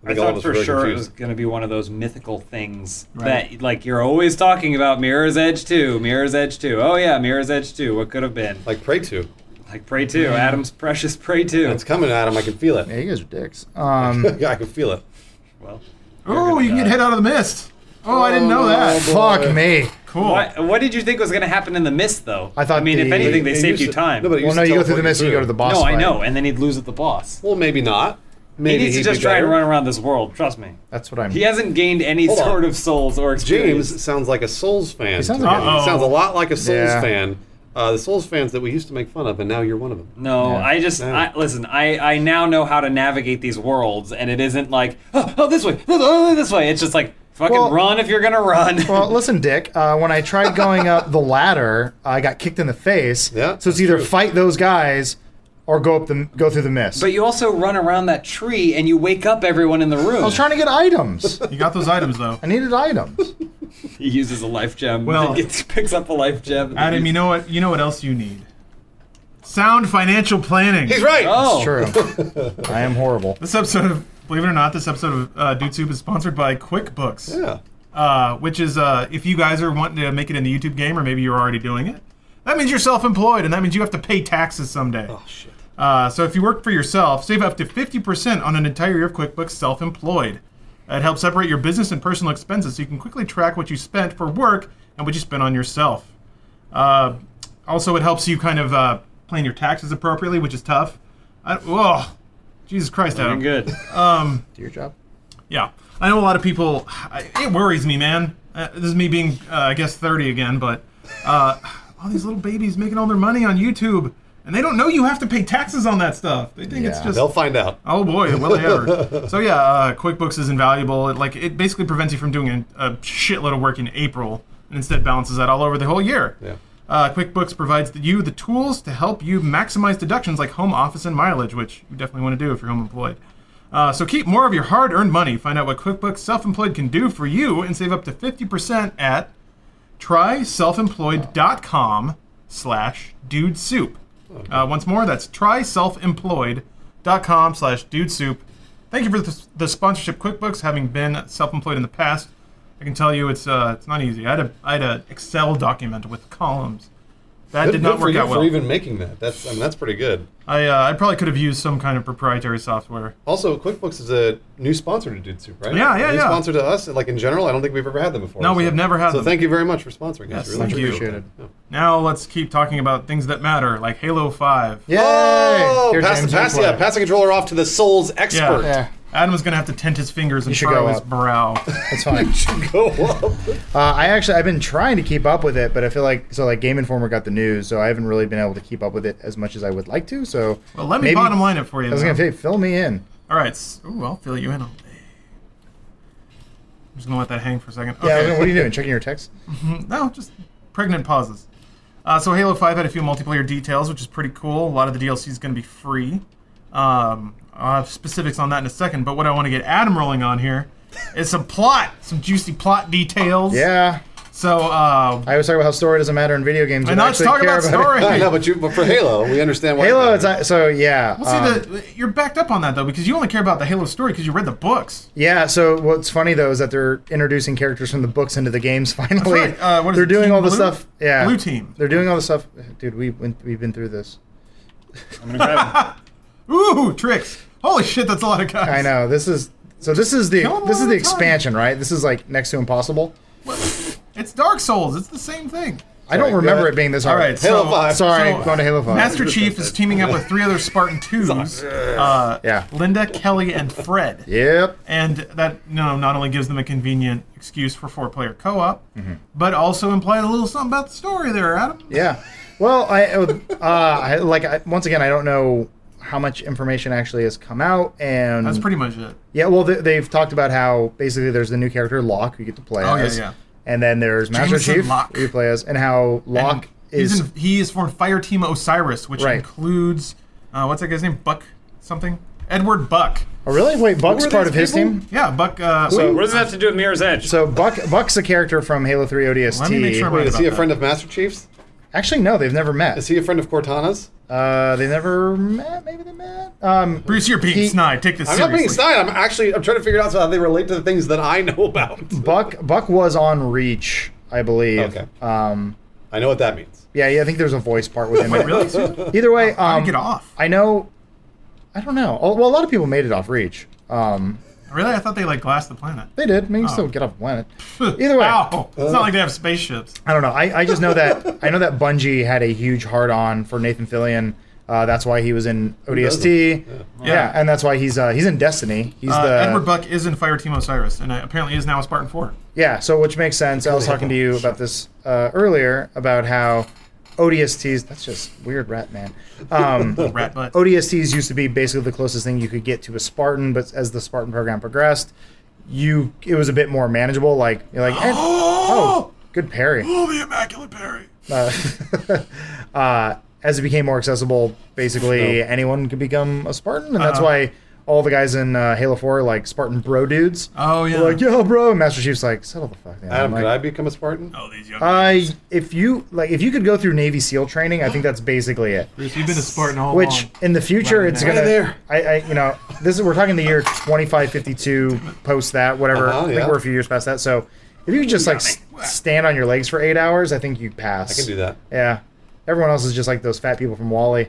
I
think all of
thought
us
for
were really
sure it was
confused.
going to be one of those mythical things
Right.
that, like, you're always talking about Mirror's Edge 2, Mirror's Edge 2. Oh, yeah, Mirror's Edge 2. What could have been? Like,
like Prey two.
Prey 2, Adam's Precious Prey 2.
It's coming, Adam. I can feel
yeah,
it.
you guys are dicks. Um,
yeah, I can feel it.
well,
Ooh, you can get hit out of the mist. Oh, I didn't know
Oh,
that.
boy.
fuck me.
Cool.
what, what did you think was going to happen in the mist, though?
I thought
I mean, if
the-
anything, they
It
saved
used
you
to-
time.
No, but it
Well,
used
no,
to
you go
teleport
through the mist and you go to the boss.
no, I
fight.
know, and then he'd lose at the boss.
Well, maybe not. Maybe
he needs to
he'd
just
be
try and
better.
run around this world. Trust me,
That's what I'm.
he hasn't gained any
Hold on.
sort of souls or experience.
James sounds like a Souls fan.
He sounds
to
like
me.
a-
He sounds a lot like a Souls
Yeah.
fan. Uh, the Souls fans that we used to make fun of, and now you're one of them.
No,
Yeah.
I just
No.
I, listen. I, I now know how to navigate these worlds, and it isn't like oh, oh this way, this, oh, this way. It's just like fucking
Well-
run if you're gonna run.
Well, listen, Dick. Uh, when I tried going up the ladder, I got kicked in the face.
Yeah,
So it's either fight those guys or go up the go through the mist.
but you also run around that tree, and you wake up everyone in the room.
I was trying to get items.
You got those items though.
I needed items.
he uses a life gem.
Well-
he gets, picks up a life gem.
Adam, you know what? You know what else you need? Sound financial planning.
He's right.
Oh,
True. I am horrible.
This episode of, believe it or not, this episode of uh, Dude Soup is sponsored by QuickBooks.
Yeah.
uh, which is uh, if you guys are wanting to make it in the YouTube game, or maybe you're already doing it, that means you're self-employed, and that means you have to pay taxes someday. Oh shit! Uh, so if you work for yourself, save up to 50% on an entire year of QuickBooks Self-Employed. It helps separate your business and personal expenses, so you can quickly track what you spent for work and what you spent on yourself. Uh, also, it helps you kind of uh, plan your taxes appropriately, which is tough. I, whoa, Jesus Christ, Adam.
I'm good.
Do your job.
Yeah, I know a lot of people. I, it worries me, man. Uh, this is me being, uh, I guess, thirty again, but uh, all these little babies making all their money on YouTube, and they don't know you have to pay taxes on that stuff. They think it's
Yeah.
just
They'll find out.
Oh boy, will they ever? so yeah, uh, QuickBooks is invaluable. It like it basically prevents you from doing a, a shitload of work in April, and instead balances that all over the whole year.
Yeah.
Uh, QuickBooks provides you the tools to help you maximize deductions like home office and mileage, which you definitely want to do if you're home employed. Uh, so keep more of your hard-earned money. Find out what QuickBooks Self-Employed can do for you, and save up to 50% at tryselfemployed.com slash dude soup. Uh, once more, that's tryselfemployed.com slash dude soup. Thank you for the, the sponsorship, QuickBooks. Having been self-employed in the past, I can tell you it's uh, it's not easy. I had a I had an Excel document with columns that
Good,
did not
good for
work
you
out well.
for even making that. That's I mean, that's pretty good.
I uh, I probably could have used some kind of proprietary software.
Also, QuickBooks is a new sponsor to Dude Soup, right?
Yeah, yeah,
new
yeah.
Sponsor to us, and, like in general, I don't think we've ever had them before.
No, we
so-
have never had
So
them.
thank you very much for sponsoring
Yes,
us. Really
thank you.
appreciate it. Yeah.
Now let's keep talking about things that matter, like Halo Five.
Yay!
Oh,
Here,
pass,
James,
the, pass,
you
yeah,
play.
pass the controller off to the Souls expert.
Yeah,
Adam was gonna have to tent his fingers and
should
furrow
go
his
up.
brow.
that's fine.
Go up.
Uh, I actually I've been trying to keep up with it, but I feel like so like Game Informer got the news, so I haven't really been able to keep up with it as much as I would like to. So
Well, let me
maybe-
bottom line it for you.
I was
though.
gonna say fill me in.
All right. s- Ooh, I'll fill you in all day. I'm just gonna let that hang for a second.
Yeah, I was
Okay.
gonna- what are you doing? Checking your text?
No, just pregnant pauses. Uh, so Halo 5 had a few multiplayer details, which is pretty cool. A lot of the DLC is going to be free. Um, I'll have specifics on that in a second, but what I want to get Adam rolling on here is some plot, some juicy plot details.
Yeah,
So, uh,
I was talking about how story doesn't matter in video games.
and
don't
let's
actually
talk
care
about
it.
story.
I know, but, you, but for Halo, we understand why. it
Halo,
matters.
it's not- so yeah.
see,
um,
the, you're backed up on that, though, because you only care about the Halo story because you read the books.
Yeah, so what's funny though is that they're introducing characters from the books into the games finally.
right, uh, what is
they're
it,
doing
Team
all the
Blue?
stuff. Yeah,
Blue Team.
They're doing all the stuff. Dude, we went, we've been through this.
I'm gonna grab it.
Ooh, tricks. Holy shit, that's a lot of guys.
I know this is so. This is the
Kill 'em
this is
all
the
the time.
expansion, right? This is like next to impossible.
What? It's Dark Souls. It's the same thing.
I don't
Sorry,
remember
go
it
ahead.
being this
All
hard.
right,
Halo
so,
5.
Sorry,
so-
going to Halo Five.
Master Chief is teaming up with three other Spartan twos, uh,
Yeah.
Linda, Kelly, and Fred.
yep.
And that you know, not only gives them a convenient excuse for four-player co-op, but also implies a little something about the story there, Adam.
Mm-hmm. Yeah. Well, I uh, I like I, once again I don't know how much information actually has come out and
That's pretty much it.
Yeah, well, they, they've talked about how basically there's the new character Locke who you get to play
Oh, yeah,
as,
yeah.
and then there's Master
Jameson
Chief
Locke.
who you play as, and how Locke
He's
is
in, he is from Fireteam Osiris, which
Right.
includes uh, what's that guy's name? Buck something. Edward Buck.
oh really wait Buck's
Who are
part
these
of his
people?
team.
Yeah, Buck. Uh,
So-
What does it have to do with Mirror's Edge?
So Buck Buck's a character from Halo 3 ODST.
Let me make sure I'm right
Wait, is he a
about
friend of Master Chief's?
Actually, no, they've never met.
Is he a friend of Cortana's?
Uh, they never met. Maybe they met. Um,
Bruce, you're being
he-
snide. Take this
I'm not
seriously.
being snide. I'm actually I'm trying to figure out how they relate to the things that I know about.
Buck Buck was on Reach, I believe.
Okay.
Um,
I know what that means.
yeah, yeah, I think there's a voice part with him.
Wait, really? Sue?
Either way,
How
um,
do you get off?
I know. I don't know. Oh, Well, a lot of people made it off Reach. Um,
Really? I thought they like glassed the planet.
They did. I mean, you still get off the planet. Either way.
Oh. Ow. It's not like they have spaceships.
I don't know. I, I just know that I know that Bungie had a huge hard on for Nathan Fillion. Uh, that's why he was in ODST. Yeah.
Yeah.
and that's why he's uh, he's in Destiny. He's
Uh,
the
Edward Buck is in Fireteam Osiris, and uh, apparently is now a Spartan 4.
yeah. So which makes sense. I was talking to you about this uh, earlier about how ODSTs. That's just weird, rat man. Um,
Rat butt.
ODSTs used to be basically the closest thing you could get to a Spartan, but as the Spartan program progressed, you it was a bit more manageable. Like you're like, eh, oh, good parry.
Oh, the Immaculate Perry.
uh, uh, as it became more accessible, basically
No.
anyone could become a Spartan, and that's
Uh-huh.
why all the guys in uh, Halo Four are like Spartan bro dudes.
Oh, yeah.
They're like, yo, bro. And Master Chief's like, settle the fuck down.
Adam,
I'm
could I
like,
become a Spartan?
Oh, these young.
I if you like if you could go through Navy SEAL training, I think that's basically it.
Bruce, you've been a Spartan all
Which
along.
in the future
Right
it's
there.
gonna
Right there.
I, I you know this is we're talking the year twenty five fifty two post that whatever
Uh-huh,
I think
yeah.
we're a few years past that so if you could just like s- stand on your legs for eight hours I think you pass
I can do that.
yeah. Everyone else is just like those fat people from Wally.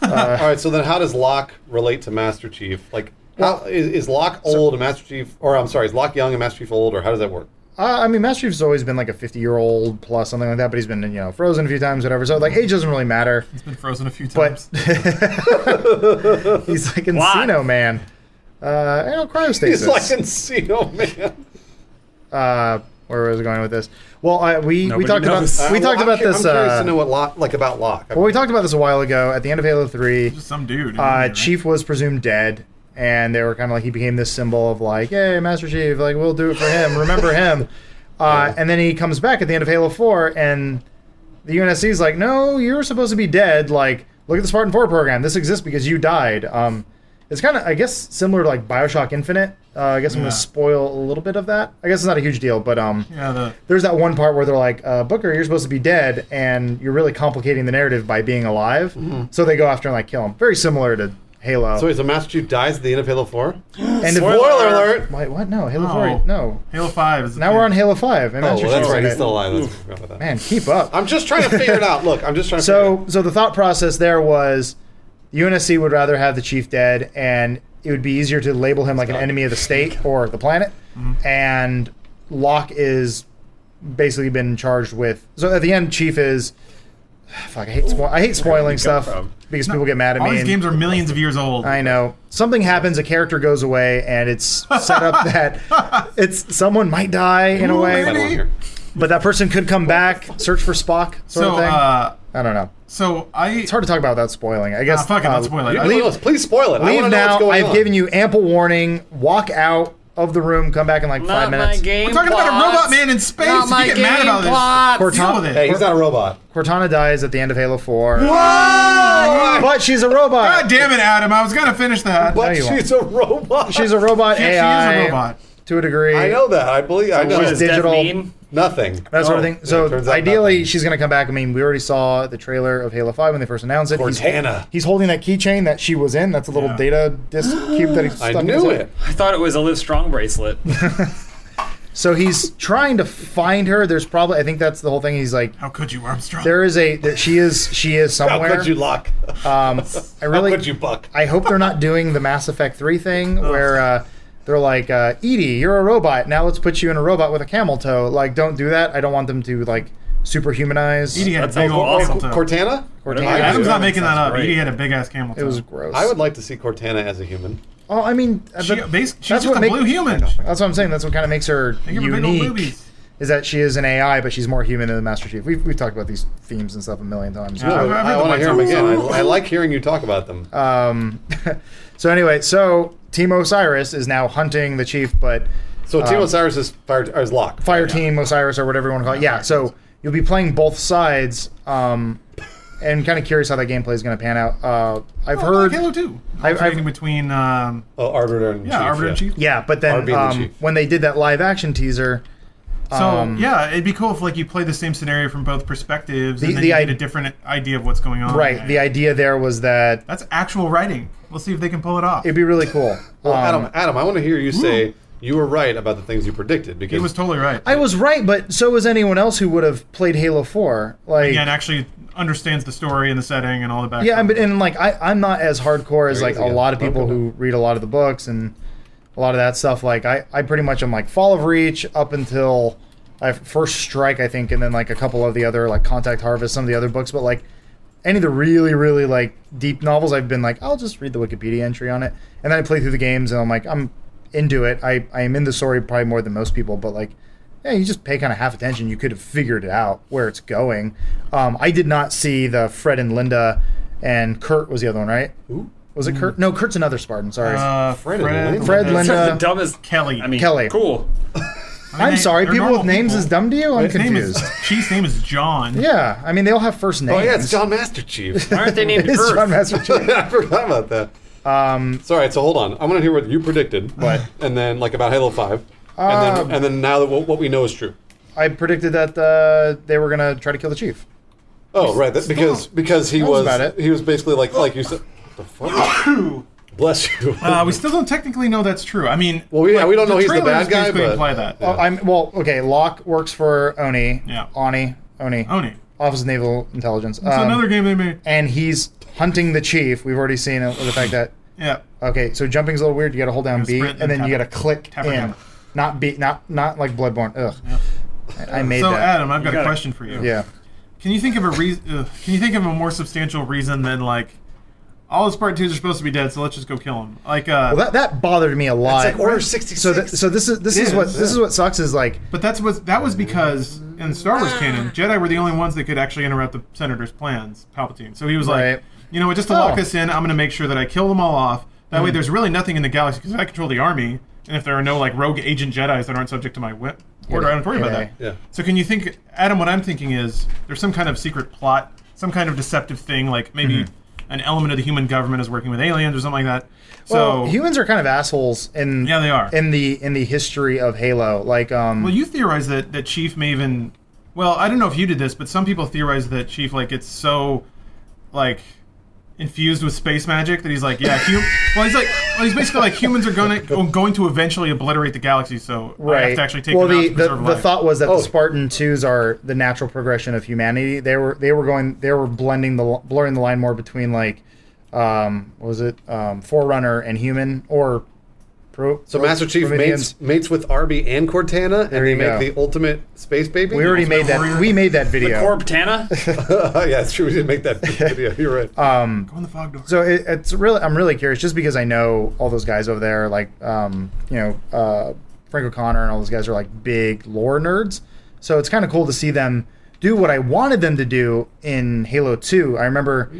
Uh,
All right. So then, how does Locke relate to Master Chief? Like, how,
Well-
is, is Locke old and Master Chief, or I'm sorry, is Locke young and Master Chief old, or how does that work?
uh, I mean, Master Chief's always been like a 50 year old plus something like that, but he's been, you know, frozen a few times, whatever. So, like, age doesn't really matter.
He's been frozen a few times.
But he's like
Why?
Encino Man. Uh, you know, cryostasis.
He's like Encino Man.
uh, where was I going with this? Well, I, we we
Nobody
talked
knows.
about we
Uh, well,
talked
I'm
about
cur-
this.
I'm curious
uh,
to know what lock, like about lock.
well, we talked about this a while ago at the end of Halo Three.
Just some dude.
Uh, Chief was presumed dead, and they were kind of like he became this symbol of like, hey, Master Chief, like we'll do it for him, remember him. Uh, and then he comes back at the end of Halo Four, and the UNSC is like, no, you're supposed to be dead. Like, look at the Spartan Four program. This exists because you died. Um, it's kind of, I guess, similar to like Bioshock Infinite. Uh, I guess I'm
Yeah.
gonna spoil a little bit of that. I guess it's not a huge deal, but um,
Yeah, the
there's that one part where they're like, uh, Booker, you're supposed to be dead, and you're really complicating the narrative by being alive. So they go after and like kill him. Very similar to Halo.
Mm-hmm. So wait, so Master Chief dies at the end of Halo Four.
and
Spoiler alert!
Wait, what? No, Halo
Oh.
4. No.
Halo Five is. the
Now
thing.
we're on Halo 5. and
Oh,
Master
well, that's
Chief's
right.
in
He's
it.
still alive. Let's forget about that.
Man, keep up.
I'm just trying to figure it out. Look, I'm just trying to.
so
figure
so the thought process there was UNSC would rather have the chief dead and it would be easier to label him like an enemy of the state or the planet
Mm-hmm.
and Locke is basically been charged with so at the end chief is fuck I hate spo- I hate spoiling stuff
from?
because people get mad at
All
me
these
and-
games are millions of years old.
I know. Something happens, a character goes away, and it's set up that it's someone might die in a
it out. I don't
way,
wanna hear.
but that person could come back, search for Spock, sort
so,
of thing.
uh,
I don't know.
so I.
It's hard to talk about without spoiling. I guess.
Ah, fuck it,
uh,
don't spoil it.
You
I-
can tell us. Please spoil it. I
Leave
wanna know
now.
What's going
I've
on.
given you ample warning. Walk out of the room. Come back in like five minutes.
We're talking about a robot man in space.
Not
if
my
you get mad
game
about
plots.
this, deal with it.
Hey, he's not a robot.
Cortana dies at the end of Halo Four,
What?
but she's a robot.
God damn it, Adam! I was gonna finish that.
But
No, you
she's a robot.
She's a robot
She- she is a
AI
robot.
to a degree.
I know that. I believe. I know.
What does
She's
that
digital.
mean?
Nothing.
That sort of
No.
thing. So
Oh, Turns out
ideally,
nothing.
she's going to come back. I mean, we already saw the trailer of Halo Five when they first announced it. He's-
Cortana.
He's holding that keychain that she was in. That's a little
Yeah.
data disk cube that he's stuck
I
in his
knew
head.
it.
I thought it was a Live Strong bracelet.
So he's trying to find her. There's probably I think that's the whole thing. He's like,
How could you, Armstrong?
there is a there, she is she is
How
somewhere.
could you lock?
um, I
How
really
could you buck?
I hope they're not doing the Mass Effect three thing where. Uh, they're like, uh, Edie, you're a robot. Now let's put you in a robot with a camel toe. Like, don't do that. I don't want them to like superhumanize.
Edie had a
That
big
sounds
old
awesome.
camel toe.
Cortana?
Cortana.
I-
Adam's not making that
Sounds
up.
great.
Edie had a big ass camel toe.
It was gross.
I would like to see Cortana as a human.
Oh, I mean,
She,
but
bas-
that's
she's just
what
a
make-
blue human.
that's what I'm saying. That's what kind of makes her
They give her big old
unique.
boobies.
Is that she is an AI, but she's more human than the Master Chief. We've, we've talked about these themes and stuff a million times.
Yeah. I've- I've
I
heard the
want to
White
hear them
Zombie
again. I,
song.
I like hearing you talk about them.
Um, so anyway, so Team Osiris is now hunting the chief, but
so Team Osiris is fire, or is Locke.
uh, Fire Team Osiris or whatever you want to call it. Yeah. So you'll be playing both sides, um, and kind of curious how that gameplay is going to pan out. Uh, I've
Oh,
heard,
like Halo Two.
I- I've-
Alternating between um,
Oh, Arbiter and
yeah,
Chief.
Arbiter and Chief.
yeah, but then
RB and the
um,
Chief.
when they did that live action teaser,
So
Um,
yeah, it'd be cool if like you play the same scenario from both perspectives,
The-
and then
the
you
i-
get a different idea of what's going
Oh,
on.
right? The idea there was that
That's actual writing. We'll see if they can pull it off.
it'd be really cool.
Well,
Um,
Adam, Adam, I want to hear you say you were right about the things you predicted
he
because
was totally right.
I was right, but so was anyone else who would have played Halo Four. Like,
yeah, and
yeah,
actually understands the story and the setting and all the background.
and, but and like I, I'm not as hardcore as
There
like
he is
a
again.
lot of people
Welcome
who read a lot of the books and a lot of that stuff. Like, I, I pretty much am like Fall of Reach up until I first Strike, I think, and then like a couple of the other like Contact Harvest, some of the other books. But like any of the really, really like deep novels, I've been like, I'll just read the Wikipedia entry on it, and then I play through the games, and I'm like, I'm into it. I, I am in the story probably more than most people, but like, yeah, you just pay kind of half attention, you could have figured it out where it's going. Um, I did not see the Fred and Linda, and Kurt was the other one, right?
Who?
Was it Kurt? No, Kurt's another Spartan. Sorry,
uh,
Fred
Fred,
and Lynn.
Fred,
Lynn.
That's
Linda.
the dumbest.
Kelly.
I mean,
uh, Kelly.
Cool.
I mean,
I'm
they-
sorry,
they're
people with
normal
names
people.
is dumb to you. I'm
His name is
confused.
Chief's name is John.
yeah, I mean they all have first
Oh
names.
yeah, it's John Master Chief.
Why aren't they named
It's John
Earth?
Master Chief.
I forgot about that.
Um,
Sorry, so hold on. I want to hear what you predicted,
What?
and then like about Halo Five, and
Um,
then and then now that what, what we know is true.
I predicted that uh, they were gonna try to kill the chief.
Oh right, that, because because he
That
was
was about it.
he was basically like like you said. The fuck? Bless you.
Uh, we still don't technically know that's true. I mean,
Well, we- yeah, we don't know he's the
trailers
bad guy,
basically
but-
imply that.
Oh, I'm well. Okay, Locke works for Oni.
Yeah.
Oni. Oni.
Oni.
Office of Naval Intelligence.
It's
Um,
another game they made.
And he's hunting the chief. We've already seen it, the fact that.
Yeah.
Okay, so jumping's a little weird. You got to hold down B,
sprint
and
and
then you
tap
got
it.
to click
Tap it
in,
down.
not B, not not like Bloodborne. Ugh. I, I made
So
that.
Adam, I've got a
gotta-
question for you.
yeah.
uh, Can you think of a reason? Can you think of a more substantial reason than like, all his part twos are supposed to be dead, so let's just go kill him. Like, uh,
Well, that, that bothered me a lot.
like Order 66.
So, th- so this is this is,
is,
what this is what sucks is like
but that's what that was because in the Star Wars canon, Jedi were the only ones that could actually interrupt the Senator's plans, Palpatine. So he was like,
Right.
you know what, just to
Oh. Hmm.
lock this in, I'm going to make sure that I kill them all off. That way, there's really nothing in the galaxy because I control the army, and if there are no like rogue agent Jedi's that aren't subject to my whip order, I don't have to worry about
Yeah.
that.
Yeah.
So can you think, Adam? What I'm thinking is there's some kind of secret plot, some kind of deceptive thing, like maybe
Hmm.
an element of the human government is working with aliens or something like that. So
well, humans are kind of assholes in
yeah, they are.
in the in the history of Halo. Like um
well, you theorize that that Chief may even. Well, I don't know if you did this, but some people theorize that Chief like gets so like infused with space magic that he's like, yeah, hum- well, he's like, well, he's basically like humans are going to going to eventually obliterate the galaxy, so I have
right
to actually take
well
them out
the
to
the,
preserve
the
life.
thought was that
Oh.
the Spartan twos are the natural progression of humanity. They were they were going they were blending the l- blurring the line more between like um what was it um forerunner and human or pro
So Master Chief mates, mates with Arby and Cortana, and they
you
make
go.
the ultimate space baby.
we already made that we made that video
Corptana?
Oh, yeah, it's true. We did make that video. You're right.
Um,
Go in the fog door.
So it, it's really, I'm really curious, just because I know all those guys over there, like um, you know, uh, Frank O'Connor and all those guys are like big lore nerds. So it's kind of cool to see them do what I wanted them to do in Halo Two. I remember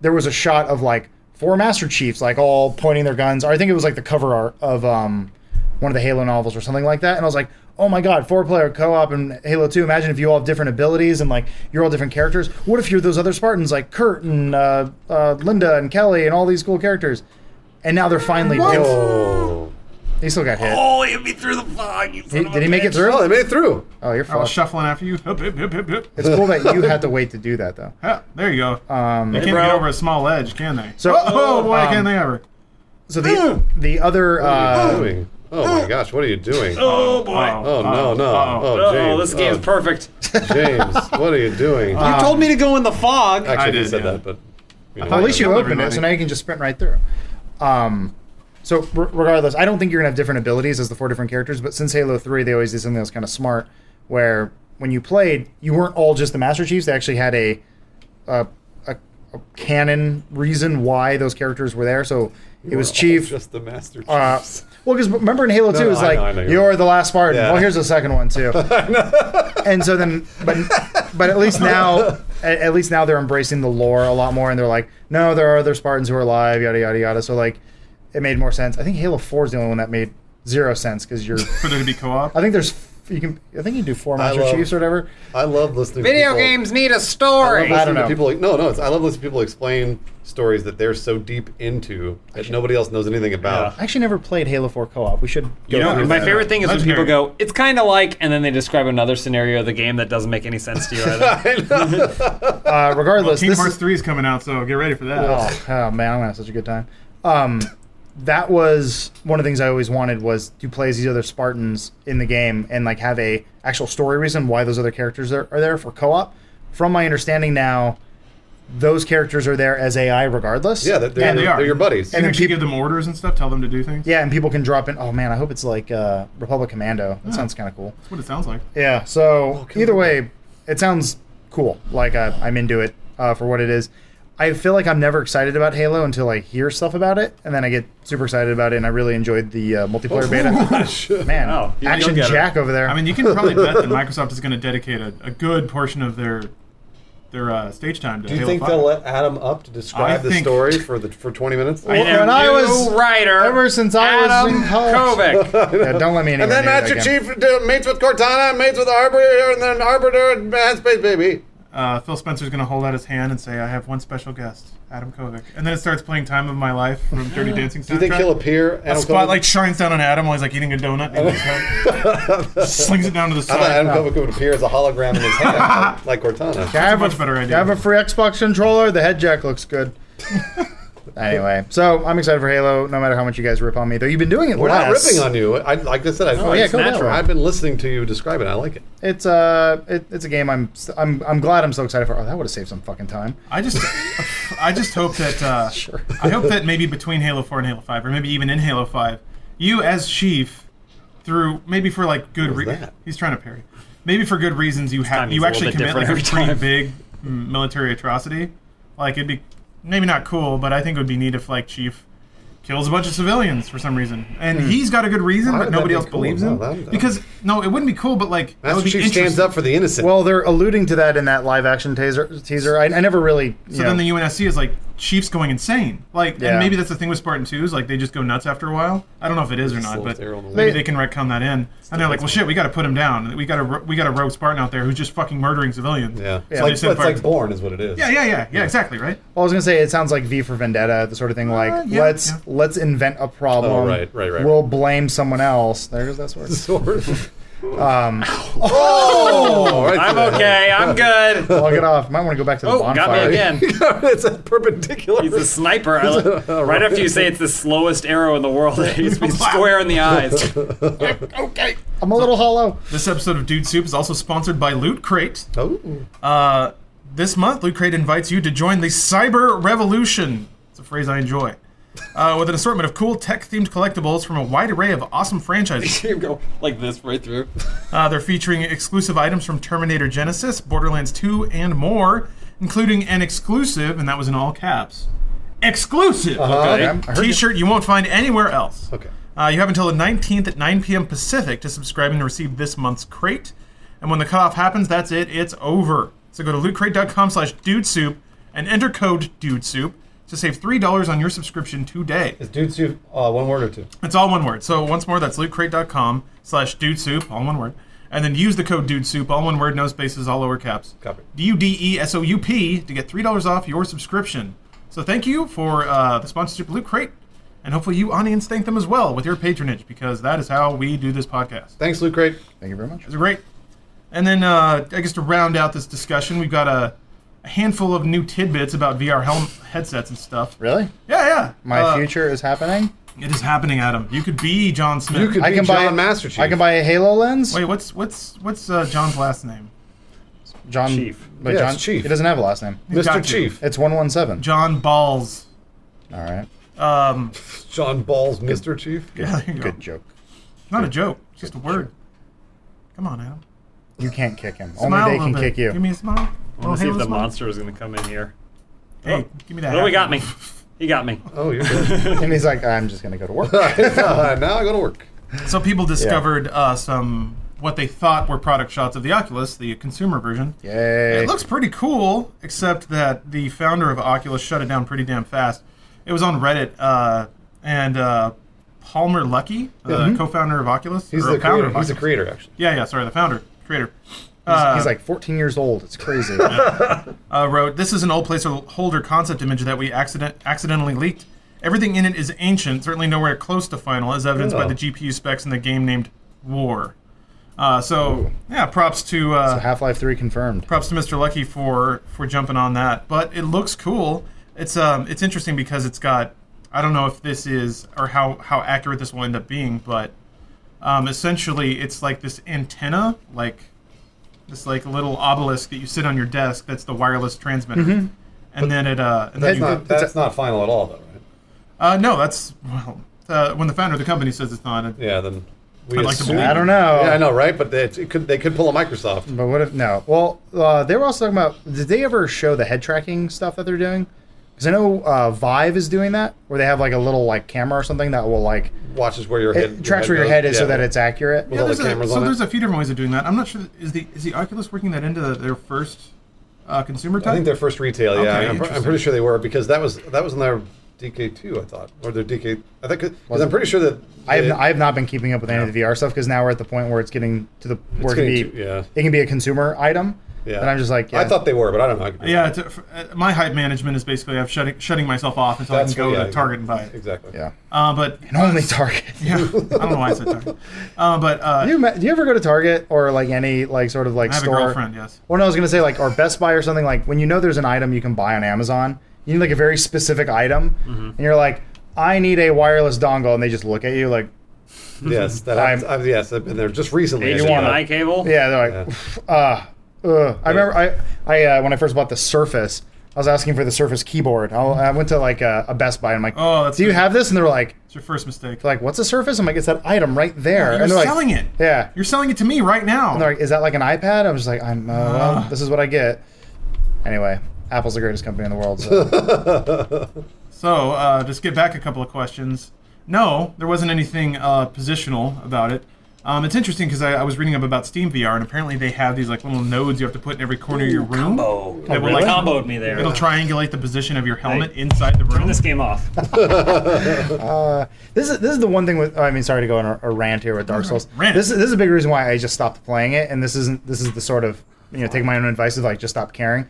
there was a shot of like four Master Chiefs, like all pointing their guns, or I think it was like the cover art of um, one of the Halo novels or something like that. And I was like, oh my god, four player co op in Halo 2. Imagine if you all have different abilities and like you're all different characters. What if you're those other Spartans like Kurt and uh, uh, Linda and Kelly and all these cool characters? And now they're finally killed.
oh.
He still got hit.
oh, hit me through the fog. You
He-
son of
did
a
he make it
bitch.
through?
oh, they made it through.
Oh, you're
I was
fucked.
shuffling after you. Hip, hip, hip, hip, hip.
It's cool that you had to wait to do that though.
Yeah, Ah, there you go. Um, they
Hey,
can't
bro.
get over a small edge, can they?
So-
oh, oh, boy,
Um,
can they ever?
So the the other
What are you
uh,
doing? Oh my gosh, what are you doing? Oh,
Oh, boy. Oh,
no, no.
uh-oh.
Oh, James.
this game's perfect. Uh, Um,
James, what are you doing?
you told me to go in the fog.
Actually,
I
I
did,
said
yeah.
that, but you know,
Well, at least you
Kill
opened it,
everybody.
so now you can just sprint right through. Um, so re- regardless, I don't think you're gonna have different abilities as the four different characters. But since Halo Three, they always did something that was kind of smart, where when you played, you weren't all just the Master Chiefs. They actually had a a, a, a canon reason why those characters were there. So it was
we're all
Chief.
just the master. Chief.
uh, well, because remember in Halo 2, it was
no, I
like,
know, I know, you're
you're
right.
the last Spartan.
Yeah.
Well, here's the second one, too. and so then, but but at least now, at, at least now they're embracing the lore a lot more, and they're like, no, there are other Spartans who are alive, yada yada yada. So like, it made more sense. I think Halo Four is the only one that made zero sense because you're.
For there to be co-op.
I think there's you can I think you do four Master
love-
Chiefs or whatever.
I love listening. to
Video
people-
games need a
I
story.
love
I don't
listening to
know.
People like, no, no. It's, I love listening to people explain stories that they're so deep into that nobody else knows anything about.
I actually never played Halo Four co-op. We should.
You know, my favorite thing is when
Legendary.
people go, it's kind of like, and then they describe another scenario of the game that doesn't make any sense to you either.
I know.
Uh, regardless,
Team
this
Hearts
is-
3 is coming out, so get ready for that.
Oh, oh, man, I'm gonna have such a good time. Um, that was one of the things I always wanted was to play as these other Spartans in the game and like have a actual story reason why those other characters are, are there for co-op. From my understanding now, those characters are there as AI regardless.
yeah, they're, they're,
And-
they
they're
are.
your buddies.
You
And
can
then
actually
peop-
give them orders and stuff, tell them to do things.
yeah, and people can drop in. Oh man, I hope it's like uh, Republic Commando. That sounds kind of cool.
That's what it sounds like.
Yeah. So either way, it sounds cool. Like uh, I'm into it uh, for what it is. I feel like I'm never excited about Halo until I hear stuff about it, and then I get super excited about it. And I really enjoyed the uh, multiplayer beta. Man,
Wow. You'll
action
get it.
Jack over there.
I mean, you can probably bet that Microsoft is going to dedicate a, a good portion of their their uh, stage time to
Do you
Halo
think
5.
they'll let Adam up to describe
I
the
think-
story for the for 20 minutes?
Well,
And
when I
new
was-
writer,
ever since I was
Adam
in college.
Kovic.
Yeah, don't let me anywhere
And then
near that
Master
game.
Chief uh, mates with Cortana, mates with Arbiter, and then Arbiter and Man Space Baby.
uh, Phil Spencer's going to hold out his hand and say, "I have one special guest, Adam Kovic," and then it starts playing "Time of My Life" from Dirty Dancing soundtrack.
Do you think he'll appear?
A
Adam
spotlight
Kovic-
shines down on Adam while he's like eating a donut, and he's like- slings it down to the
I thought
side.
Adam Kovic would appear as a hologram in his hand, like Cortana.
I have
much
a-
better idea.
I have a free Xbox controller. The head jack looks good. anyway, so I'm excited for Halo. No matter how much you guys rip on me, though, you've been doing it.
We're not
less.
ripping on you. I, like I said, I,
Oh, yeah, go that way.
I've been listening to you describe it. I like it.
It's uh, it, it's a game. I'm I'm I'm glad I'm so excited for. Oh, that would have saved some fucking time.
I just, I just hope that, uh,
Sure.
I hope that maybe between Halo Four and Halo Five, or maybe even in Halo Five, you as Chief, through maybe for like good
was
reasons,
that?
he's trying to parry, maybe for good reasons you have
timing's
you
a
actually
little bit
commit like a
different
pretty
every
big mm, military atrocity, like it'd be maybe not cool, but I think it would be neat if like Chief kills a bunch of civilians for some reason, and he's got a good reason,
Why
but
would
nobody
Hmm.
else
that be cool?
believes
No,
him.
that- that-
because no, it wouldn't be cool, but like that
Master
would be
Chief stands
interesting.
up for the innocent.
Well, they're alluding to that in that live action teaser. Teaser. I, I never really. you
So
know,
then the UNSC is like Chief's going insane. Like,
Yeah.
and maybe that's the thing with Spartan 2 is like they just go nuts after a while. I don't know if it is or not,
Slows
but
their own
maybe
way.
they can retcon that in. And they're like, well, shit, we got to put him down. We got to we got a rogue Spartan out there who's just fucking murdering civilians.
yeah,
So
it's like,
they send
it's like
fire-
born is what it is.
yeah, yeah, yeah, yeah, exactly, right?
Well, I was gonna say it sounds like V for Vendetta, the sort of thing. Like
Uh, yeah,
let's
yeah.
let's invent a problem.
Oh, right, right, right.
We'll blame someone else. There goes that sword.
Sword.
Um,
Oh,
right
I'm
there.
okay. I'm good.
Log it off. Might want to go back to the
Oh, got
bonfire.
me again.
it's a perpendicular.
He's a sniper. I look- right after you say it's the slowest arrow in the world, it hits me square in the eyes.
Okay.
I'm a little hollow.
This episode of Dude Soup is also sponsored by Loot Crate.
Oh.
Uh, this month, Loot Crate invites you to join the Cyber Revolution. It's a phrase I enjoy. Uh, with an assortment of cool tech-themed collectibles from a wide array of awesome franchises.
You go like this right through.
Uh, they're featuring exclusive items from Terminator Genesis, Borderlands 2, and more, including an exclusive, and that was in all caps, exclusive
Okay.
Okay. Uh-huh. I heard you.
t-shirt you won't find anywhere else.
Okay.
Uh, you have until the 19th at 9 p.m. Pacific to subscribe and receive this month's crate. And when the cutoff happens, that's it. It's over. So go to lootcrate.com slash dudesoup and enter code dudesoup to save $3 on your subscription today.
Is dude soup uh, one word or two?
It's all one word. So once more, that's lootcrate.com slash dude soup, all one word. And then use the code dude soup, all one word, no spaces, all lower caps.
Copy.
D U D E S O U P to get three dollars off your subscription. So thank you for uh, the sponsorship of Loot Crate, and hopefully you audience thank them as well with your patronage because that is how we do this podcast.
Thanks, Luke. Great.
Thank you very much.
It's great. And then uh, I guess to round out this discussion, we've got a, a handful of new tidbits about VR helm headsets and stuff.
Really?
Yeah, yeah.
My
Uh,
future is happening.
It is happening, Adam. You could be John Smith.
You could
I
be
can
John
buy
Master Chief.
I can buy a Halo lens.
Wait, what's what's what's uh, John's last name?
John.
Chief.
But
Yeah,
John
it's Chief.
It doesn't have a last name.
got
Mr.
you.
Chief.
It's one one seven.
John Balls.
All right.
Um,
John Ball's Mr. Chief.
yeah, there you go.
Good joke.
Not a joke. It's just a word. Come on, Adam.
You can't kick him.
Smile
Only
a
they
little
can
bit.
kick you.
Give me a smile.
I want to see if
Halo
the
smile.
monster is going to come in here.
Hey, give me that.
Oh, he
hat.
got me. He got me.
Oh, you're good.
and he's like, I'm just gonna go to work.
Uh, now I go to work.
So people discovered uh, some what they thought were product shots of the Oculus, the consumer version.
Yay.
It looks pretty cool, except that the founder of Oculus shut it down pretty damn fast. It was on Reddit, uh, and uh, Palmer Lucky, the co-founder of Oculus,
He's
or
the
founder
creator.
of
He's the
Oculus.
creator, actually.
Yeah, yeah, sorry, the founder, creator.
He's-
Uh,
he's like 14 years old. It's crazy.
uh, wrote, "This is an old placeholder concept image that we accident accidentally leaked. Everything in it is ancient, certainly nowhere close to final, as evidenced by
Oh.
the GPU specs in the game named War." Uh, so yeah, props to uh,
Half Life 3 confirmed.
props to Mr. Lucky for for jumping on that. But it looks cool. It's um it's interesting because it's got I don't know if this is or how how accurate this will end up being, but um, essentially it's like this antenna, like this like little obelisk that you sit on your desk. That's the wireless transmitter, and then it uh and then
That's
you,
not, that's not final at all, though, right?
uh no that's well uh, when the founder of the company says it's not. It,
Yeah, then we
I'd like to
assume-
believe
I don't know.
Yeah, I know, right? But they, it could, they could pull a Microsoft.
But what if no? Well, uh, they were also talking about. Did they ever show the head tracking stuff that they're doing? Because I know uh, Vive is doing that, where they have like a little like camera or something that will like
Watches where your head
it tracks where your
goes.
head is so
Yeah.
that it's accurate.
With all the
there's a,
cameras
so
on it.
there's a few different ways of doing that. I'm not sure that, is the is the Oculus working that into their first uh, consumer type.
I think their first retail, yeah.
Okay,
I'm- I'm,
interesting.
pretty sure they were because that was that was in their DK2, I thought, or their DK. I think because I'm pretty sure that
I have,
they-
I have not been keeping up with any of the VR stuff because now we're at the point where it's getting to the where it can be
getting to- yeah.
it can be a consumer item.
yeah.
And I'm just like, yeah,
I thought they were, but I don't know. I could be-
Yeah, it's, uh, f- uh, my hype management is basically I'm shutting shutting myself off until I can go
yeah,
to Target and buy it.
Exactly.
yeah,
Uh, but
and only Target.
yeah, I don't know why I said Target. Uh, but uh,
Do you, ma- do you ever go to Target or like any like sort of like
I have a
store?
girlfriend. Yes.
Well, no, I was gonna say like or Best Buy or something like when you know there's an item you can buy on Amazon, you need like a very specific item,
Mm-hmm.
and you're like, I need a wireless dongle, and they just look at you like,
Yes, that I've, I've, yes, I've been there just recently. I think, uh,
HDMI cable.
yeah, they're like, uh, uh. I remember I I uh, when I first bought the Surface, I was asking for the Surface keyboard. I'll, I went to like a, a Best Buy and I'm like,
Oh, that's
do you
good.
have this? And they're like,
It's your first mistake.
they're like what's a Surface? I'm like, it's that item right there.
You're
and they're
selling
like,
it.
Yeah.
You're selling it to me right now.
Ah.
And they're like, is that like an iPad? I was just like, I'm uh, well, this is what I get. Anyway, Apple's the greatest company in the world. So.
So, uh, just get back a couple of questions. No, there wasn't anything uh, positional about it. Um, it's interesting because I, I was reading up about Steam VR, and apparently they have these like little nodes you have to put in every corner of your room.
Oh,
combo.
They will,
Really?
like,
Comboed me there.
It'll triangulate the position of your helmet inside the room.
Turn this game off.
This is this is the one thing with. Oh, I mean, sorry to go on a, a rant here with Dark Souls.
Rant.
This is this is a big reason why I just stopped playing it, and this isn't. This is the sort of you know take my own advice of like just stop caring.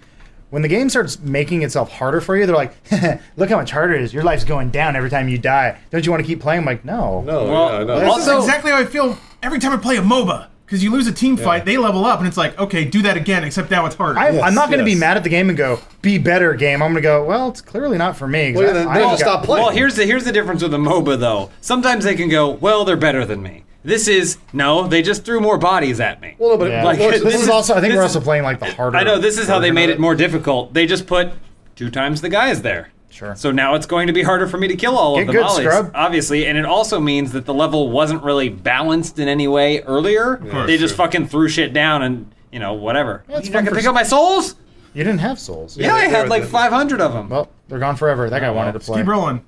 When the game starts making itself harder for you, they're like, "Look how much harder it is. Your life's going down every time you die. Don't you want to keep playing?" I'm like, "No,
No,
Well,
yeah, no.
also-
This is exactly how I feel every time I play a MOBA. Because you lose a team fight, they level up, and it's like, okay, do that again, except now it's harder.
I,
Yes,
I'm not going to
yes.
be mad at the game and go, "Be better, game." I'm going to go, "Well, it's clearly not for me." 'cause
Well, yeah,
I-
then-
I
then
haven't
just
got-
stop playing.
Well, here's the here's the difference with a MOBA though. Sometimes they can go, well, they're better than me. This is no, they just threw more bodies at me.
Well, no, but
Yeah.
like,
Like,
this,
this
is,
is-
also. I think
this
we're
is-
also playing like the harder.
I know this is how they
version
made
of
it more difficult. They just put two times the guys there.
Sure.
So now it's going to be harder for me to kill all
Get
of the
good,
volleys,
scrub.
obviously, and it also means that the level wasn't really balanced in any way earlier.
course.
they just
Sure.
fucking threw shit down and you know whatever.
it's
you
fun
fucking
for
pick
s-
up my souls?
You didn't have souls.
Yeah, I
they-
had
they-
like
they-
500 of them.
Well, they're gone forever. That guy wanted to play.
Keep rolling.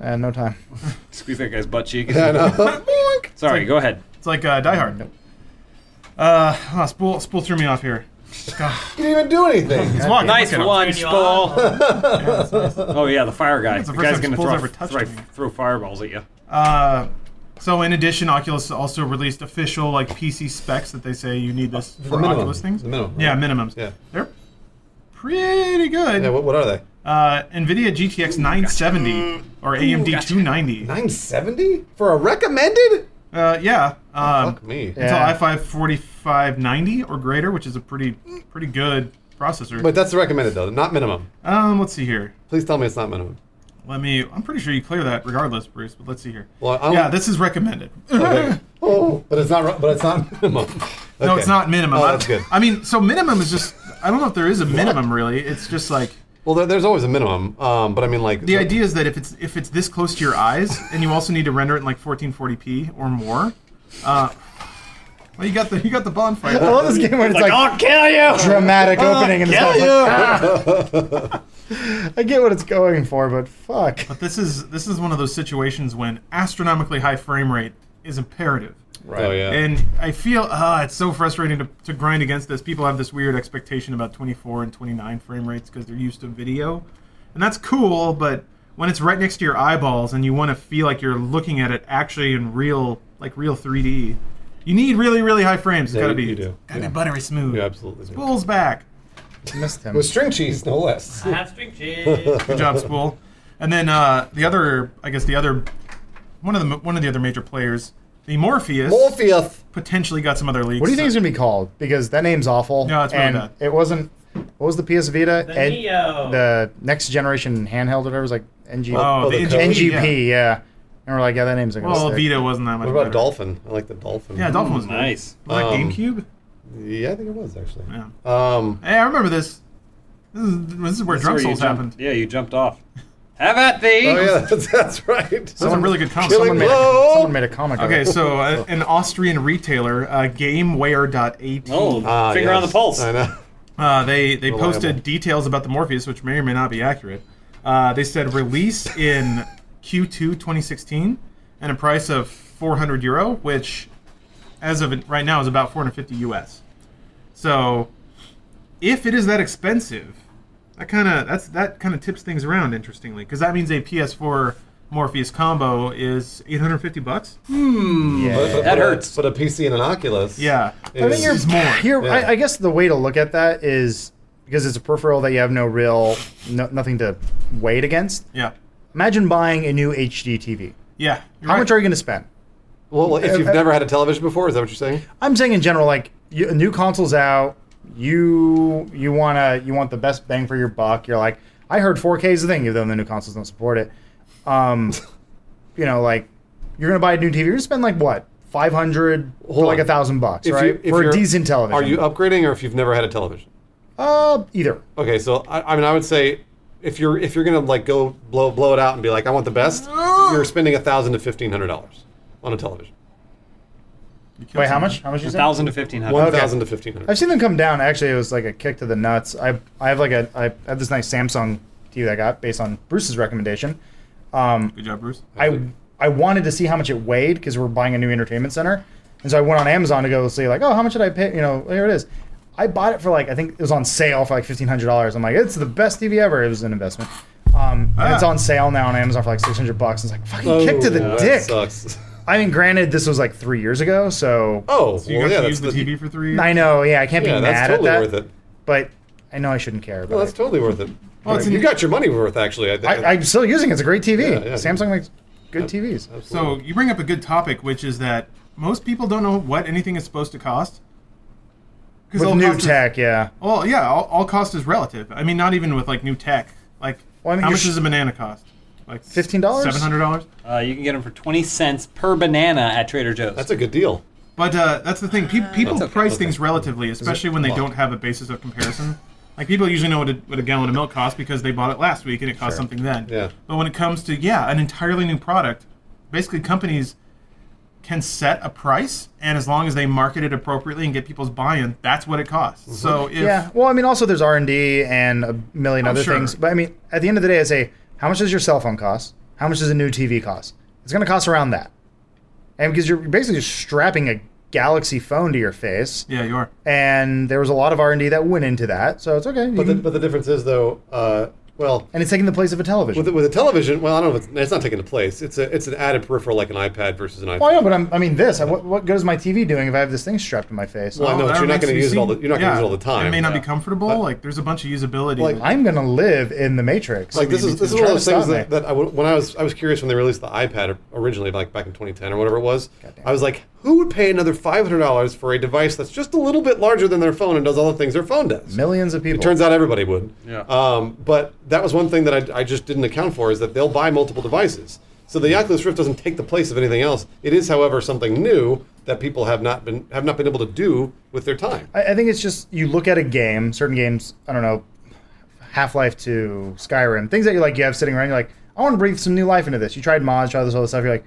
And no time.
Squeeze that guy's butt cheek.
I know.
Sorry, go ahead.
It's like uh, Die Hard. Uh, oh, spool, spool threw me off here. Ah,
you didn't even do anything.
It's walking.
Nice
look at him.
one,
Turn you
Spool. oh yeah, the fire guy.
the
The,
first
guy's
time
gonna
Spool's
throw,
ever touched
throw,
me.
throw fireballs at you.
Uh, so in addition, Oculus also released official like PC specs that they say you need this for
minimum.
Oculus things.
The minimum, right?
Yeah, minimums.
Yeah.
They're pretty good.
yeah, what, what are they?
Uh, NVIDIA GTX 970 or AMD 290.
970 for a recommended?
Uh, yeah. Um,
Fuck me.
Yeah.
Intel i5 4590 or greater, which is a pretty pretty good processor.
But that's the recommended though, not minimum.
um, let's see here.
Please tell me it's not minimum.
Let me. I'm pretty sure you clear that regardless, Bruce. But let's see here.
Well, I don't-
yeah, this is recommended.
Okay. Oh, but it's not. But it's not minimum.
No,
Okay.
it's not minimum.
Oh,
I-
that's good.
I mean, so minimum is just. I don't know if there is a minimum really. It's just like
Well, there, there's always a minimum. Um, but I mean, like
the idea is that if it's if it's this close to your eyes, and you also need to render it in like 1440p or more. Uh, well, you got the you got the
I
bonfire.
love this game when it's like, oh,
like, I'll kill you.
dramatic opening and stuff.
Yeah.
I get what it's going for, but fuck.
This is this is one of those situations when astronomically high frame rate is imperative.
Right. Oh yeah.
And I feel ah, it's so frustrating to, to grind against this. People have this weird expectation about 24 and 29 frame rates because they're used to video, and that's cool. But when it's right next to your eyeballs and you want to feel like you're looking at it actually in real, like real 3D, you need really, really high frames. It's
Yeah,
gotta
you-
be,
you do.
gotta
Yeah.
be buttery smooth.
yeah, absolutely.
Spool's back.
Missed him.
With string cheese, no less.
Half string cheese.
Good job, Spool. And then uh, the other, I guess the other, one of the one of the other major players, the Morpheus,
Morpheus.
potentially got some other leaks.
What do you think it's gonna be called? Because that name's awful.
No, it's really
and
bad.
It wasn't. What was the PS Vita?
The
Ed-
Neo.
the next generation handheld, or whatever. It was like NG-
Oh,
Oh,
the
the
NGP.
code.
NGP. Yeah. And we're like, yeah, that name's not gonna
Well,
stick.
Vita wasn't that much.
What about
better.
dolphin? I like the dolphin.
Yeah, Dolphin was good.
Nice.
Was that
Um,
GameCube?
Yeah, I think it was actually.
Yeah.
Um,
Hey, I remember this. This is, this is where
That's
Drum
where you jumped-
Souls happened.
Yeah, you jumped off. Have at thee.
oh yeah, that's, that's right.
That's a really good comic.
Killing
Someone made,
Blow!
a, someone made a comic.
Okay,
Of it.
so uh, an Austrian retailer, uh, GameWare.at,
Oh,
Ah,
finger on the
yes.
pulse.
I know.
uh, they they
Reliable.
posted details about the Morpheus, which may or may not be accurate. Uh, they said release in Q2 2016, and a price of 400 euro, which, as of right now, is about 450 US. So, if it is that expensive, that kind of that's that kind of tips things around interestingly, because that means a PS4 Morpheus combo is 850 bucks.
But- but-
That
but a-
hurts.
But a PC and an Oculus.
Yeah,
Is,
I think you're
It's more.
Here,
Yeah.
I, I guess the way to look at that is because it's a peripheral that you have no real, no, nothing to weigh it against.
yeah,
Imagine buying a new HD TV.
yeah.
How much are you going to spend?
well, if you've never had a television before, is that what you're saying?
I'm saying in general, like you, a new console's out, you you wanna you want the best bang for your buck. You're like, I heard 4K is the thing, even though the new consoles don't support it. Um, you know, like you're gonna buy a new TV, you're gonna spend like what 500
Hold
or like
on.
a thousand bucks,
If
right?
you- if
for
you're-
a decent television.
Are you upgrading, or if you've never had a television?
Uh, either.
Okay, so I, I mean, I would say if you're if you're gonna like go blow blow it out and be like, I want the best, you're spending a thousand to fifteen hundred dollars on a television.
Wait, how much? How much you say?
thousand to fifteen hundred.
One thousand to fifteen
I've
hundred.
seen them come down. Actually, it was like a kick to the nuts. I I have like a I have this nice Samsung TV that I got based on Bruce's recommendation. Um,
Good job, Bruce.
I I wanted to see how much it weighed because we're buying a new entertainment center, and so I went on Amazon to go see like, oh, how much did I pay? You know, here it is. I bought it for like I think it was on sale for like fifteen hundred dollars. I'm like, it's the best TV ever. It was an investment. Um, and it's
Ah.
on sale now on Amazon for like six hundred bucks. It's like fucking kick to the
Oh, that
dick.
Sucks.
I mean, granted, this was like three years ago, so
Oh,
So you
well,
got
yeah,
to
that's
use the, TV for three years?
I know. Yeah, I can't
Yeah,
be
that's
mad
totally
at that.
worth it.
But I know I shouldn't care. But
No, that's totally worth it.
Well, it's
you
an-
got your money worth, actually. I, think.
I, I'm still using it. It's a great TV.
Yeah, yeah.
Samsung makes good TVs.
So
Absolutely.
you bring up a good topic, which is that most people don't know what anything is supposed to cost. Because
With new tech, yeah.
well, yeah, all, all cost is relative. I mean, not even with like new tech. Like,
Well, I mean,
how
you're
much
sh-
does a banana cost? Like
$15?
seven hundred dollars.
Uh, you can get them for twenty cents per banana at Trader Joe's.
that's a good deal.
But uh, that's the thing. Pe- people
That's okay,
price
okay.
things relatively, especially when they don't have a basis of comparison. Like people usually know what a, what a gallon of milk costs because they bought it last week and it cost something then.
Yeah.
But when it comes to yeah, an entirely new product, basically companies can set a price, and as long as they market it appropriately and get people's buy-in, that's what it costs.
Mm-hmm.
So if
Yeah. Well, I mean, also there's R and D and a million other
sure.
things. But I mean, at the end of the day, I say, how much does your cell phone cost? How much does a new TV cost? It's going to cost around that, and because you're basically just strapping a Galaxy phone to your face,
yeah, you are.
and there was a lot of R and D that went into that, so it's okay. you
But the,
can-
but the difference is, though, uh, well,
and it's taking the place of a television.
with, a- with a television, well, I don't know. If it's, it's not taking the place. It's a it's an added peripheral like an iPad versus an iPhone.
well, I know, but I'm, I mean, this. I- What, what good is my TV doing if I have this thing strapped to my face?
Well, I know,
Oh,
but
that
you're
remains
not going
to
to
be
use it all. The,
seen.
you're not going to
Yeah.
use it all the time.
It may not be comfortable. like there's a bunch of usability.
Like,
with-
I'm gonna live in the Matrix.
like this
Maybe
is this
too.
is one of
Try
those
to
things
stop
that,
me.
that I, would- when I was I was curious when they released the iPad originally like back in 2010 or whatever it was I was like who would pay another $500 for a device that's just a little bit larger than their phone and does all the things their phone does
millions of people.
It turns out everybody would.
Yeah.
Um, but that was one thing that I, I just didn't account for is that they'll buy multiple devices. So the Oculus Rift doesn't take the place of anything else. It is, however, something new that people have not been have not been able to do with their time.
I, I think it's just you look at a game, certain games, I don't know, Half Life 2, Skyrim, things that you like you have sitting around, you're like, I want to breathe some new life into this. You tried mods, tried this other stuff, you're like,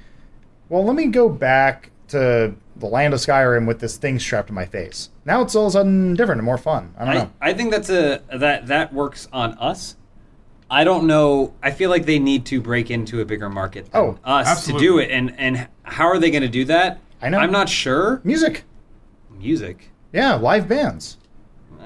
well, let me go back to the land of Skyrim with this thing strapped to my face. Now it's all of a sudden different and more fun. I don't
I,
know.
I think that's a that that works on us. I don't know. I feel like they need to break into a bigger market than
Oh,
us
absolutely.
to do it. And and how are they going to do that?
I know.
I'm not sure.
Music.
Music,
Yeah, live bands.
uh,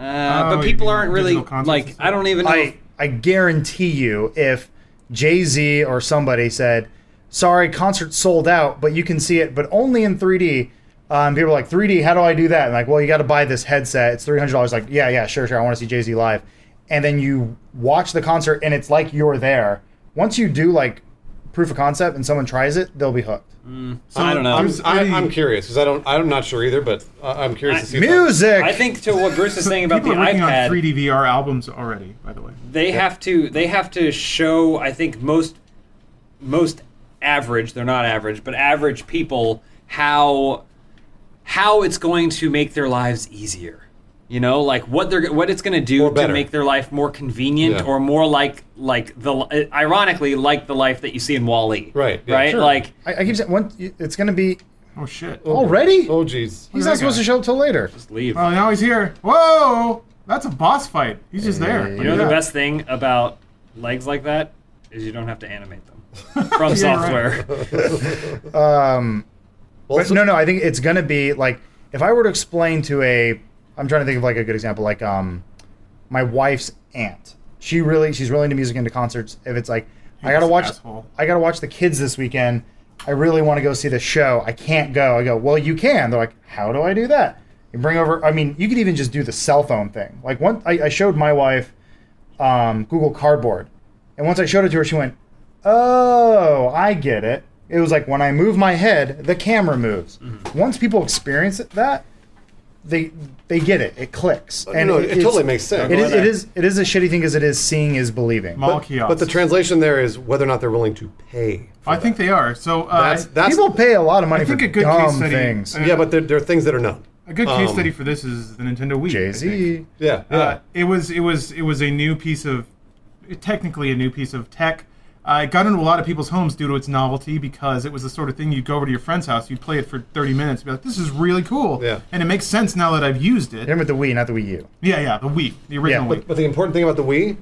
but
Oh, you
people
mean
aren't really
digital concerts and
like.
stuff?
I don't even know.
I, I guarantee you, if Jay Z or somebody said, "Sorry, concert sold out, but you can see it, but only in 3D," um, people are like, "3D? How do I do that?" And like, well, you got to buy this headset. It's three hundred dollars. Like, yeah, yeah, sure, sure. I want to see Jay Z live, and then you watch the concert, and it's like you're there. Once you do like proof of concept, and someone tries it, they'll be hooked.
So I don't know.
I'm,
I'm,
I,
pretty-
I'm curious because I don't I'm not sure either, but I, I'm curious to see if that-
Music.
I think to what Bruce is saying about the
people are working
iPad,
on 3D VR albums already. By the way,
they have to they have to show i think most most average they're not average but average people how how it's going to make their lives easier you know like what they're what it's going to do
Or
to
better.
make their life more convenient
Yeah.
or more like like the li- ironically like the life that you see in wally
Right, yeah,
right
sure.
like
I, I keep saying once you- it's gonna be
oh shit.
already.
Oh geez.
He's not supposed to show up till later.
just leave
Oh, now he's here. Whoa! That's a boss fight. He's just there.
you know
yeah.
the best thing about legs like that is you don't have to animate them from
Yeah, right.
software
Um,
Well,
But
so-
no, no, I think it's gonna be like if I were to explain to a, I'm trying to think of like a good example, like um, my wife's aunt. She really, she's really into music, into concerts. If it's like, I gotta
this
watch,
asshole.
I gotta watch the kids this weekend. I really want to go see the show. I can't go. I go, well, you can. They're like, how do I do that? You bring over. I mean, you could even just do the cell phone thing. Like one, I, I showed my wife um, Google Cardboard, and once I showed it to her, she went, "Oh, I get it." It was like when I move my head, the camera moves.
Mm-hmm.
Once people experience it, that they they get it. It clicks,
no, it
it's-
totally makes sense.
It is, it is it is a shitty thing because it is seeing is believing.
Mall kiosks.
but the translation there is whether or not they're willing to pay. for
I
that.
think they are. So uh,
that's that's
people pay a lot of money
I think
for
a good
dumb
case study.
things.
uh,
yeah, but there, there are things that are known.
a good case
um,
study for this is the Nintendo Wii. Uh, I
Jay
think.
Z.
Yeah, yeah.
Uh, it was it was it was a new piece of technically a new piece of tech. Uh, it got into a lot of people's homes due to its novelty because it was the sort of thing you'd go over to your friend's house, you'd play it for 30 minutes, be like, this is really cool.
Yeah.
And it makes sense now that I've used it.
Him with the Wii, not the Wii U.
Yeah, yeah, the Wii, the original
Yeah,
Wii.
But the important thing about the Wii,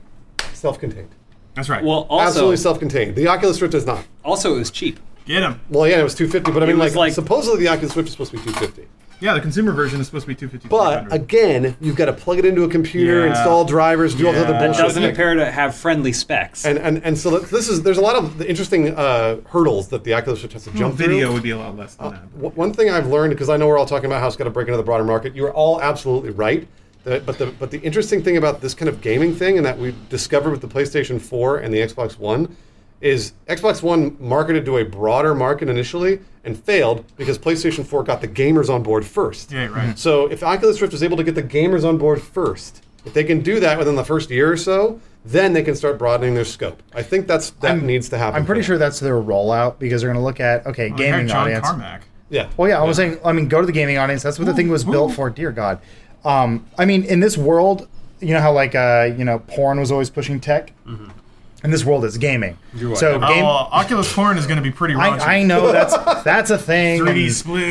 self-contained.
That's right.
Well, also,
Absolutely self-contained. The Oculus Rift is not.
also it was cheap.
get them.
Well, yeah, it was 250, but I mean,
was
like,
like-
supposedly the Oculus Rift is supposed to be 250.
Yeah, the consumer version is supposed to be 250.
But
300.
again, you've got to plug it into a computer,
Yeah.
install drivers, do all this
Yeah.
other
That
bullshit.
Doesn't appear to have friendly specs.
and, and and so that- this is there's a lot of interesting uh, hurdles that the Oculus Rift has to
Well,
jump
video
through.
would be a lot less than that.
W- One thing I've learned because I know we're all talking about how it's got to break into the broader market. You're all absolutely right. That- But the but the interesting thing about this kind of gaming thing and that we discovered with the PlayStation 4 and the Xbox One is Xbox One marketed to a broader market initially and failed because PlayStation 4 got the gamers on board first.
Yeah,
Mm-hmm.
right.
So if Oculus Rift is able to get the gamers on board first, if they can do that within the first year or so, then they can start broadening their scope. I think that's that needs to happen.
I'm pretty
for
sure
them.
that's their rollout because they're going to look at okay,
I hired
gaming
John
audience.
Carmack.
Yeah.
Well, yeah, I was saying, I mean, go to the gaming audience. That's what the thing was built for. Dear God, um, I mean, in this world, you know how like uh, you know, porn was always pushing tech. In this world, it's gaming.
right.
So
Mm-hmm. Oh,
game,
well, Oculus Porn is going to be pretty raunchy.
I, I know that's that's a thing.
3D
and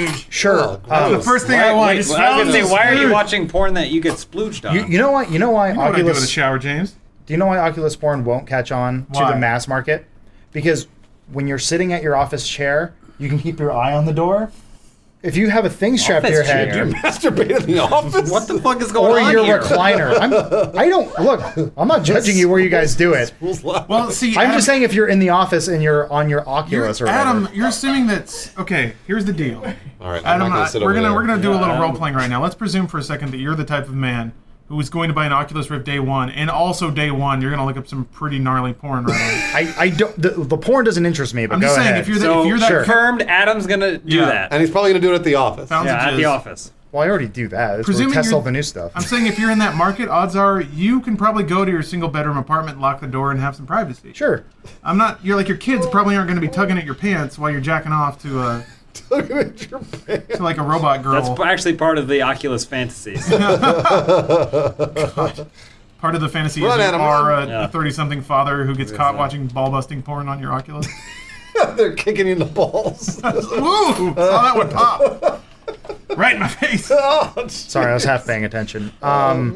splooge.
Sure.
Oh,
uh,
gross.
The first thing I want
Wait,
is
well, I was gonna
fountains.
say, why are you
Dude.
watching porn that you get splooged on?
you, you know why? You know why
You know what I do in the
Oculus?
shower, James?
Do you know why Oculus porn won't catch on
Why?
to the mass market? Because when you're sitting at your office chair, you can keep your eye on the door. If you have a thing strapped to your
Office
head,
chair?
Masturbate in the office.
what the fuck is
or
going on
your
here?
recliner. I'm, I don't look. I'm not judging you where you guys do it.
Well, see,
I'm
Adam-
just saying if you're in the office and you're on your Oculus or whatever.
Adam, you're assuming that's okay. Here's the deal.
All right, I'm
Adam,
not gonna
I-
sit
we're
over
gonna
there.
we're gonna do a little
Yeah,
role
I'm-
playing right now. Let's presume for a second that you're the type of man who is going to buy an Oculus Rift day one, and also day one you're gonna look up some pretty gnarly porn right away.
I, I don't. The, the porn doesn't interest me. But
I'm
go
just saying,
ahead.
if you're the-
So
you're that- Sure.
confirmed, Adam's gonna do
Yeah.
that.
And he's probably going to do it at the office.
Found-
yeah, at the
Messages.
office.
well, I already do that. It's where we
Presuming
test
you're-
all the new stuff.
I'm saying if you're in that market, odds are you can probably go to your single bedroom apartment, lock the door, and have some privacy.
sure.
I'm not. You're like your kids probably aren't gonna be tugging at your pants while you're jacking off to a
Look at your pants.
to like a robot girl.
That's actually part of the Oculus fantasies.
Part of the fantasy
Run,
is you
Adam,
are a-
run.
Yeah.
a thirty-something father who gets caught watching ball-busting porn on your Oculus.
They're kicking you in the balls.
Woo! Saw that one pop right in my face.
oh,
Sorry, I was half paying attention.
Oh,
Um,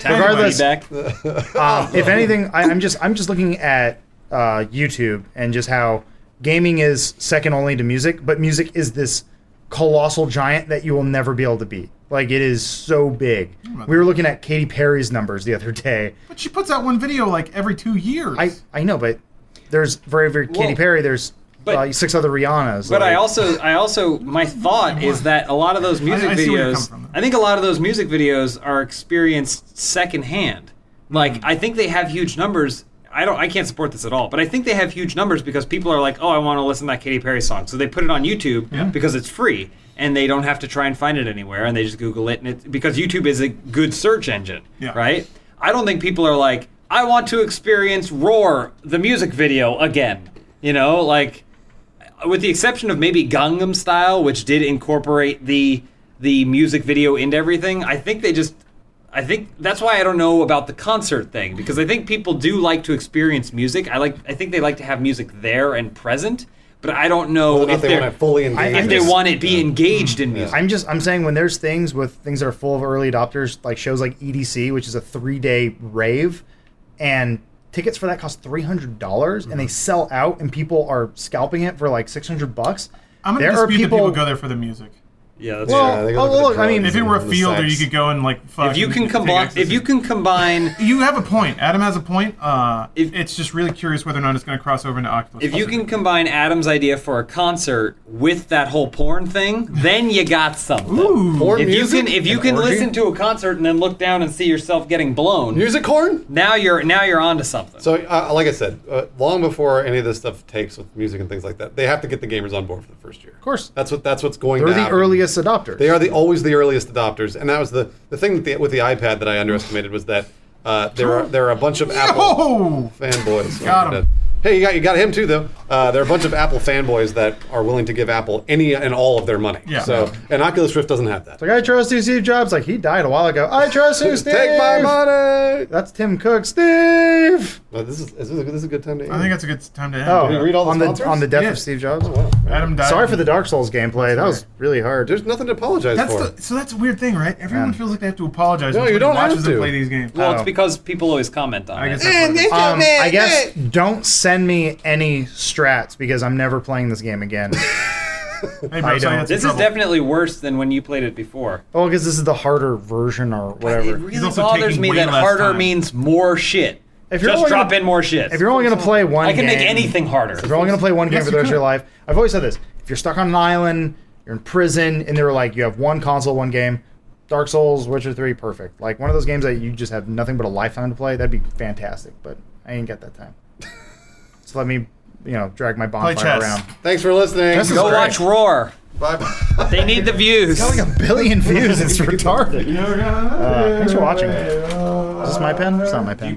Tag
Regardless-
your money back. Oh.
um, if anything, I, I'm just I'm just looking at uh, YouTube and just how gaming is second only to music, but music is this colossal giant that you will never be able to beat. Like it is so big.
Hmm.
We were looking at Katy Perry's numbers the other day.
But she puts out one video like every two years.
I I know, but there's very very Katy
Well,
Perry. There's
but-
uh, six other Rihannas.
But I
like-
also, I also, my thought is that a lot of those music
I see where you're coming
videos,
from.
I think a lot of those music videos are experienced secondhand. Like, I think they have huge numbers. I don't, I can't support this at all. But I think they have huge numbers because people are like, oh, I want to listen to that Katy Perry song, so they put it on YouTube because it's free and they don't have to try and find it anywhere, and they just Google it, and it's because YouTube is a good search engine,
Yeah.
right? I don't think people are like, I want to experience Roar, the music video again. You know, like with the exception of maybe Gangnam Style, which did incorporate the the music video into everything, I think they just I think that's why I don't know about the concert thing because I think people do like to experience music. I like I think they like to have music there and present, but I don't know
Whether or not
if
they
they're-
want to fully engage.
if
I'm
they
just-
want to be engaged in music.
I'm just I'm saying when there's things with things that are full of early adopters, like shows like EDC, which is a three day rave, and tickets for that cost three hundred dollars, and they sell out, and people are scalping it for like six hundred bucks.
I'm gonna
there are
dispute
people,
that people go there for the music.
Yeah, that's
Well,
Yeah, they go
oh,
look at the
look, I mean,
drugs
If it were a
and the
field, or you
sex.
could go and like fuck.
If you
and
can
take
combine
ecstasy.
if you can combine
You have a point. Adam has a point. Uh,
If-
it's just really curious whether or not it's going to cross over into Oculus.
if you can combine Adam's idea for a concert with that whole porn thing, then you got something.
Porn
if you
music?
can if you
An
can
orgy?
listen to a concert and then look down and see yourself getting blown,
Music horn?
now you're now you're onto something.
So, uh, like I said, uh, long before any of this stuff takes with music and things like that, they have to get the gamers on board for the first year. Of
course.
that's what that's what's going.
they're
to
the
happen.
earliest adopters.
They are the always the earliest adopters, and that was the the thing that the, with the iPad that I underestimated was that uh, there are there are a bunch of Apple
Oh,
fanboys.
Got 'em.
Hey, you got you got him too, though. Uh, there are a bunch of Apple fanboys that are willing to give Apple any and all of their money.
Yeah.
So, and Oculus Rift doesn't have that.
Like I trust you, Steve Jobs. Like he died a while ago. I trust you, Steve.
Take my money.
That's Tim Cook, Steve.
Well, this is is this, a, this is a good time to. End.
I think that's a good time to end.
Oh,
we read all the
on the
sponsors?
on the death
Yeah.
of Steve Jobs.
Wow.
Adam died.
Sorry for the Dark Souls gameplay. That was really hard.
There's nothing to apologize
That's
for.
the, so that's a weird thing, right? Everyone feels like they have to apologize.
No,
when somebody
you don't have
watches them
to.
play these games.
Well, it's
Oh.
because people always comment on
I
it.
guess that's what it is.
Um, I guess don't send me any strats because I'm never playing this game again.
Hey, bro, so
don't.
that's
This
trouble.
is definitely worse than when you played it before.
oh, because this is the harder version or
It
whatever.
really
also
bothers
taking
me
way
that
less
harder
time.
means more shit.
If you're
Just
only
drop
gonna-
in more shit.
If you're only gonna play one,
I can make
game-
anything harder.
If you're only gonna play one game
Yes,
for
you
the rest of
could.
your life, I've always said this. If you're stuck on an island, you're in prison, and they were like, you have one console, one game. Dark Souls, Witcher Three, perfect. Like one of those games that you just have nothing but a lifetime to play. That'd be fantastic. But I ain't got that time. so let me, you know, drag my bonfire
chess.
around.
Thanks for listening.
This is
Go
great.
watch Roar.
Bye bye.
They need the views.
Got like a billion views. It's retarded. Uh, thanks for watching. Is this my pen? It's not my pen.